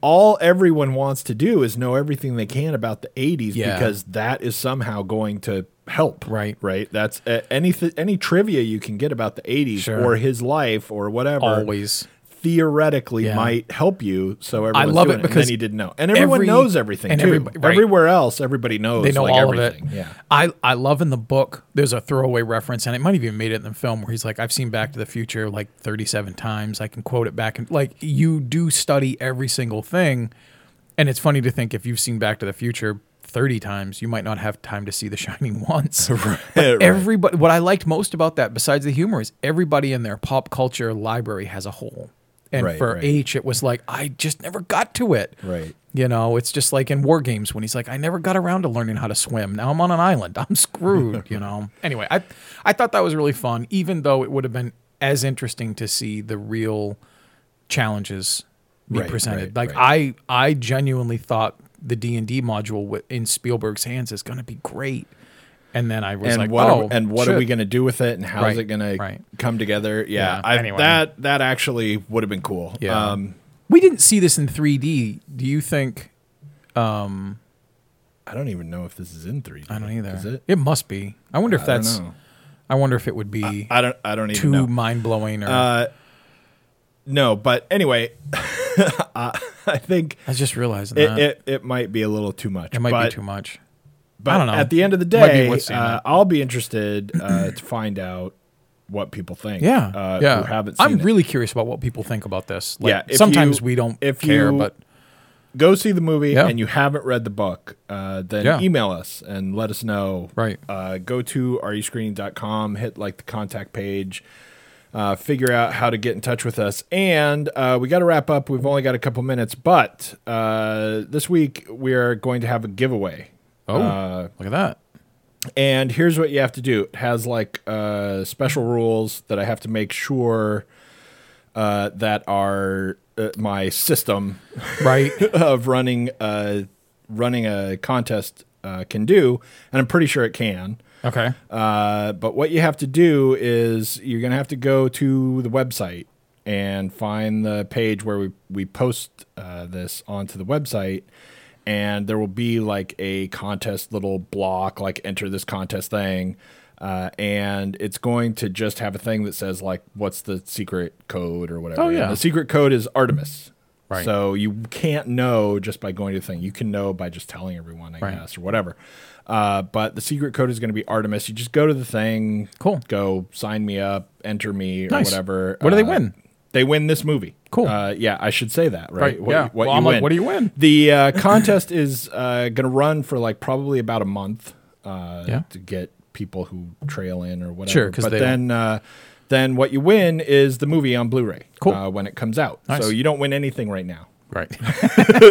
S1: all everyone wants to do is know everything they can about the 80s
S2: Yeah.
S1: because that is somehow going to help
S2: Right.
S1: right that's uh, any any trivia you can get about the 80s
S2: Sure.
S1: or his life or whatever
S2: always.
S1: theoretically
S2: Yeah.
S1: might help you so everyone's
S2: love
S1: doing
S2: it
S1: and then
S2: because
S1: he didn't know and everyone
S2: every-
S1: knows everything
S2: and
S1: too
S2: everybo- right.
S1: everywhere else everybody knows
S2: They know
S1: like,
S2: all
S1: everything
S2: of it.
S1: yeah
S2: I, I love in the book, there's a throwaway reference, and it might have even made it in the film where he's like, I've seen Back to the Future like 37 times. I can quote it back. And like, you do study every single thing. And it's funny to think if you've seen Back to the Future 30 times, you might not have time to see The Shining once. But
S1: Right.
S2: everybody, what I liked most about that, besides the humor, is everybody in their pop culture library has a hole. And
S1: Right,
S2: for
S1: right.
S2: H, it was like, I just never got to it.
S1: Right.
S2: You know, it's just like in war games when he's like, I never got around to learning how to swim. Now I'm on an island. I'm screwed, you know. Anyway, I I thought that was really fun, even though it would have been as interesting to see the real challenges be
S1: Right,
S2: presented.
S1: right,
S2: like
S1: right.
S2: I I genuinely thought the D&D module wi- in Spielberg's hands is going to be great. And then I was
S1: and
S2: like,
S1: what
S2: oh,
S1: are, and what
S2: shit.
S1: are we going to do with it and how's
S2: Right,
S1: it going
S2: right.
S1: to come together yeah,
S2: Yeah,
S1: I,
S2: anyway.
S1: that that actually would have been cool
S2: Yeah.
S1: um
S2: We didn't see this in 3D. Do you think
S1: i don't even know if this is in 3d
S2: I don't either.
S1: is it
S2: must be. I wonder if
S1: I don't
S2: that's
S1: know.
S2: I wonder if it would be
S1: i don't i don't even
S2: too
S1: know Uh,
S2: mind-blowing or
S1: no but anyway I- i think
S2: I was just realizing
S1: it,
S2: that. It,
S1: it, it might be a little too much
S2: Uh, might
S1: but,
S2: be too much.
S1: but
S2: I don't know.
S1: at the end of the
S2: Might be
S1: day
S2: worth seeing
S1: uh,
S2: it.
S1: i'll be interested uh, to find out what people think
S2: Yeah.
S1: uh, who
S2: yeah.
S1: haven't seen
S2: I'm
S1: it.
S2: really curious about what people think about this. Like,
S1: Yeah, if
S2: sometimes
S1: you-
S2: we don't
S1: if
S2: care,
S1: you-
S2: but
S1: go see the movie
S2: Yeah.
S1: and you haven't read the book, uh, then
S2: Yeah.
S1: email us and let us know.
S2: Right.
S1: Uh, go to rescreening.com, hit like the contact page, uh, figure out how to get in touch with us. And uh, we got to wrap up. We've only got a couple minutes, but uh, this week we are going to have a giveaway.
S2: oh,
S1: Uh,
S2: look at that.
S1: and here's what you have to do it has like uh, special rules that I have to make sure uh, that are uh, my system
S2: Right.
S1: of running uh running a contest uh, can do, and I'm pretty sure it can.
S2: okay.
S1: Uh, but what you have to do is you're gonna have to go to the website and find the page where we we post uh, this onto the website, and there will be like a contest little block, like enter this contest thing. Uh, and it's going to just have a thing that says like what's the secret code or whatever.
S2: Oh,
S1: And
S2: yeah.
S1: the secret code is Artemis.
S2: Right.
S1: So you can't know just by going to the thing. You can know by just telling everyone, I
S2: Right.
S1: guess, or whatever. Uh, but the secret code is going to be Artemis. You just go to the thing.
S2: Cool.
S1: Go sign me up, enter me, or
S2: Nice.
S1: whatever.
S2: What do they
S1: Uh,
S2: win?
S1: They win this movie.
S2: Cool.
S1: Uh, yeah, I should say that, right?
S2: Right, yeah. Well, I'm like, what do you win?
S1: The uh, contest is uh, going to run for like probably about a month uh,
S2: Yeah.
S1: to get people who trail in or whatever.
S2: Sure, 'cause
S1: but
S2: they
S1: then uh, then what you win is the movie on Blu-ray
S2: Cool.
S1: uh, when it comes out.
S2: Nice.
S1: So you don't win anything right now.
S2: Right.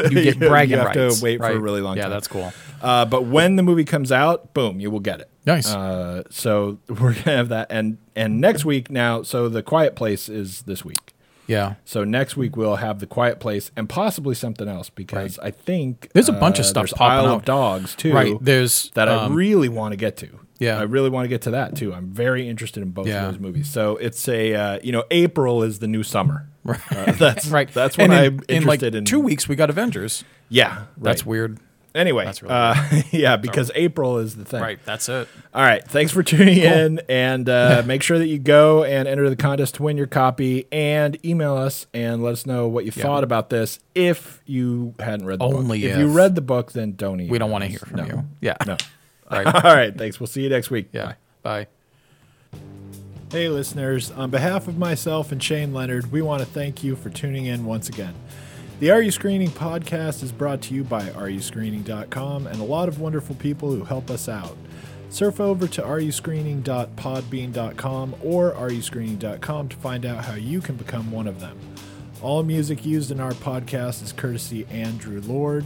S2: you get bragging
S1: have to
S2: rights.
S1: wait for a
S2: right.
S1: really long
S2: yeah,
S1: time.
S2: Yeah, that's cool.
S1: Uh, but when the movie comes out, boom, you will get it.
S2: Nice.
S1: Uh, so we're gonna have that, and and next week now. So the Quiet Place is this week.
S2: Yeah.
S1: So next week we'll have the Quiet Place and possibly something else because I think uh,
S2: There's a bunch of stuff
S1: there's Isle
S2: popping
S1: of
S2: out.
S1: dogs too.
S2: Right. There's
S1: that I
S2: um,
S1: really want to get to.
S2: yeah.
S1: I really want to get to that too. I'm very interested in both
S2: Yeah.
S1: of those movies. So it's a uh, you know April is the new summer. Right. that's
S2: right.
S1: That's
S2: And
S1: when
S2: in-
S1: I'm interested
S2: in.
S1: in.
S2: Like two weeks, we got Avengers.
S1: Yeah. Right.
S2: That's weird.
S1: Anyway.
S2: That's really
S1: uh, yeah, because April is the thing.
S2: That's it.
S1: All right. Thanks for tuning in, and uh, make sure that you go and enter the contest to win your copy, and email us and let us know what you thought about this. If you hadn't read the
S2: Only
S1: book, if you
S2: if.
S1: read the book, then don't. Email
S2: We don't want to
S1: us.
S2: hear from
S1: No.
S2: you. Yeah.
S1: No.
S2: Right.
S1: All right. Thanks. We'll see you next week.
S2: Yeah. Bye.
S1: Hey, listeners. On behalf of myself and Shane Leonard, we want to thank you for tuning in once again. The Are You Screening podcast is brought to you by areyouscreening.com and a lot of wonderful people who help us out. Surf over to areyouscreening.podbean.com or areyouscreening.com to find out how you can become one of them. All music used in our podcast is courtesy Andrew Lord.